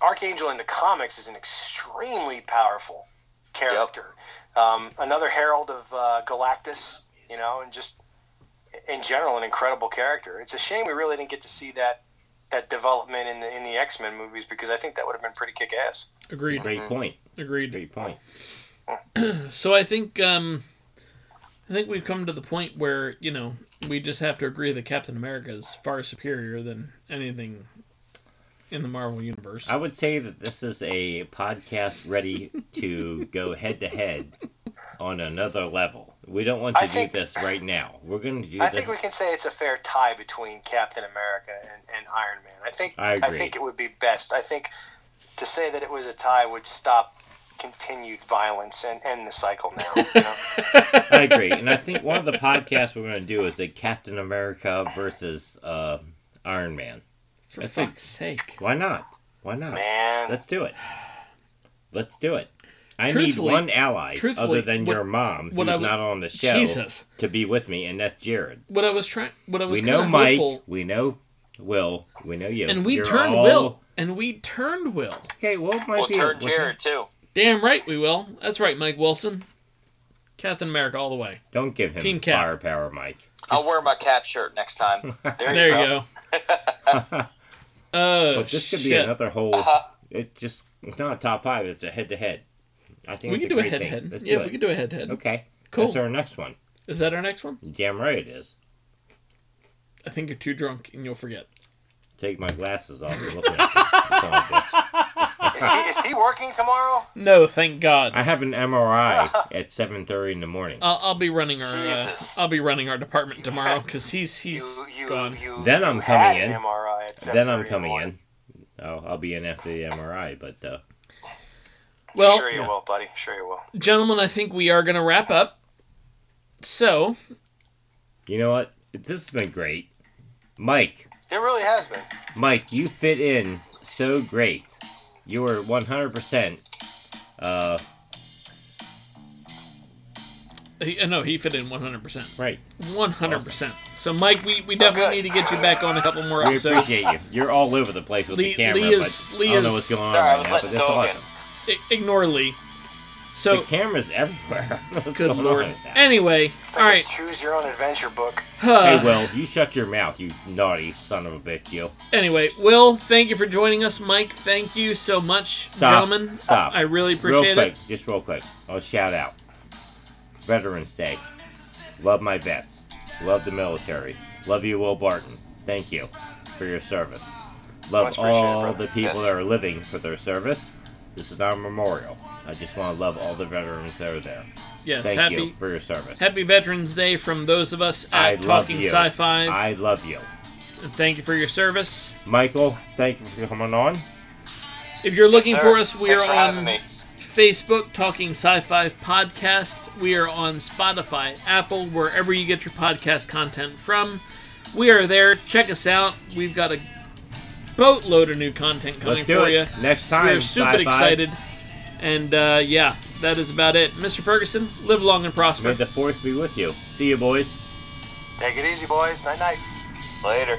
Archangel in the comics is an extremely powerful character. Um, another herald of uh, Galactus, you know, and just in general an incredible character. It's a shame we really didn't get to see that that development in the in the X Men movies because I think that would have been pretty kick ass. Agreed. Great point. Agreed. Great point. So I think um, I think we've come to the point where you know we just have to agree that Captain America is far superior than anything in the Marvel universe. I would say that this is a podcast ready to go head to head on another level. We don't want to I do think- this right now. We're going to do I this. think we can say it's a fair tie between Captain America and, and Iron Man. I think I agree. think it would be best. I think to say that it was a tie would stop continued violence and end the cycle now. You *laughs* know? I agree. And I think one of the podcasts we're going to do is the Captain America versus uh, Iron Man. For That's fuck's sake. Why not? Why not? Man. Let's do it. Let's do it. I need Truthfully- one ally truthfully, other than what- your mom, what who's I would- not on the show, Jesus. to be with me, and that's Jared. What I was trying, what I was We kind know of Mike. hopeful, We know Will. We know you. and we You're turned all- Will, and we turned Will. Okay, Will might Well, be. turn Jared too. Damn right we will. That's right, Mike Wilson. Captain America all the way. Don't give him Team Cap. firepower, Mike. I'll wear my cap shirt next time. There, There you go. go. *laughs* Oh, But this could be shit. another whole. Uh-huh. It just it's not a top five. It's a head to head. I think We it's can do a great head thing. head. Let's Yeah, do we it. can do a head head. Okay. Cool. That's our next one. Is that our next one? Damn right it is. I think you're too drunk and you'll forget. Take my glasses off. and *laughs* Look at you. son of a bitch. Is he, is he working tomorrow? No, thank God. I have an *laughs* MRI at seven thirty in the morning. Oh. I'll, I'll be running our uh, Jesus. I'll be running our department *laughs* tomorrow because he's You, he's you, gone. you, Then you I'm had coming an in. MRI at then 7:30 I'm the coming morning. in. I'll, I'll be in after the MRI, but uh, Well, sure you will, buddy. Sure you will. gentlemen, I think we are gonna wrap up. So you know what? This has been great, Mike. It really has been. Mike, you fit in so great. You were 100%. Uh, he, uh, no, he fit in one hundred percent. right. One hundred percent. So Mike, we, we definitely good. need to get you back on a couple more We episodes. appreciate you. You're all over the place with Lee- the camera, Lee is- but Lee I don't know is- what's going on Sorry, I right was now, but letting that's go awesome. again. I- ignore Lee. So The camera's everywhere. *laughs* What's good going on lord. with that? Anyway, It's all like a right. Choose your own adventure book. uh, Hey, Will, you shut your mouth, you naughty son of a bitch, you. Anyway, Will, thank you for joining us. Mike, thank you so much, Stop. gentlemen. Stop. I really Real appreciate quick, it. just real quick. I'll shout out. Veterans Day. Love my vets. Love the military. Love you, Will Barton. Thank you for your service. Love Much appreciated, all brother. the people Yes. that are living for their service. This is our memorial. I just want to love all the veterans that are there. Yes, Thank happy you for your service. Happy Veterans Day from those of us I at love Talking you. Sci-Fi. I love you. And thank you for your service. Michael, thank you for coming on. If you're looking Sir, for us, we thanks are for having on me. Facebook, Talking Sci-Fi Podcast. We are on Spotify, Apple, wherever you get your podcast content from. We are there. Check us out. We've got a boatload of new content coming Let's do for it. you. Next time. We're super sci-fi. excited. And uh, yeah, that is about it. Mr. Ferguson, live long and prosper. May the force be with you. See you, boys. Take it easy, boys. Night night. Later.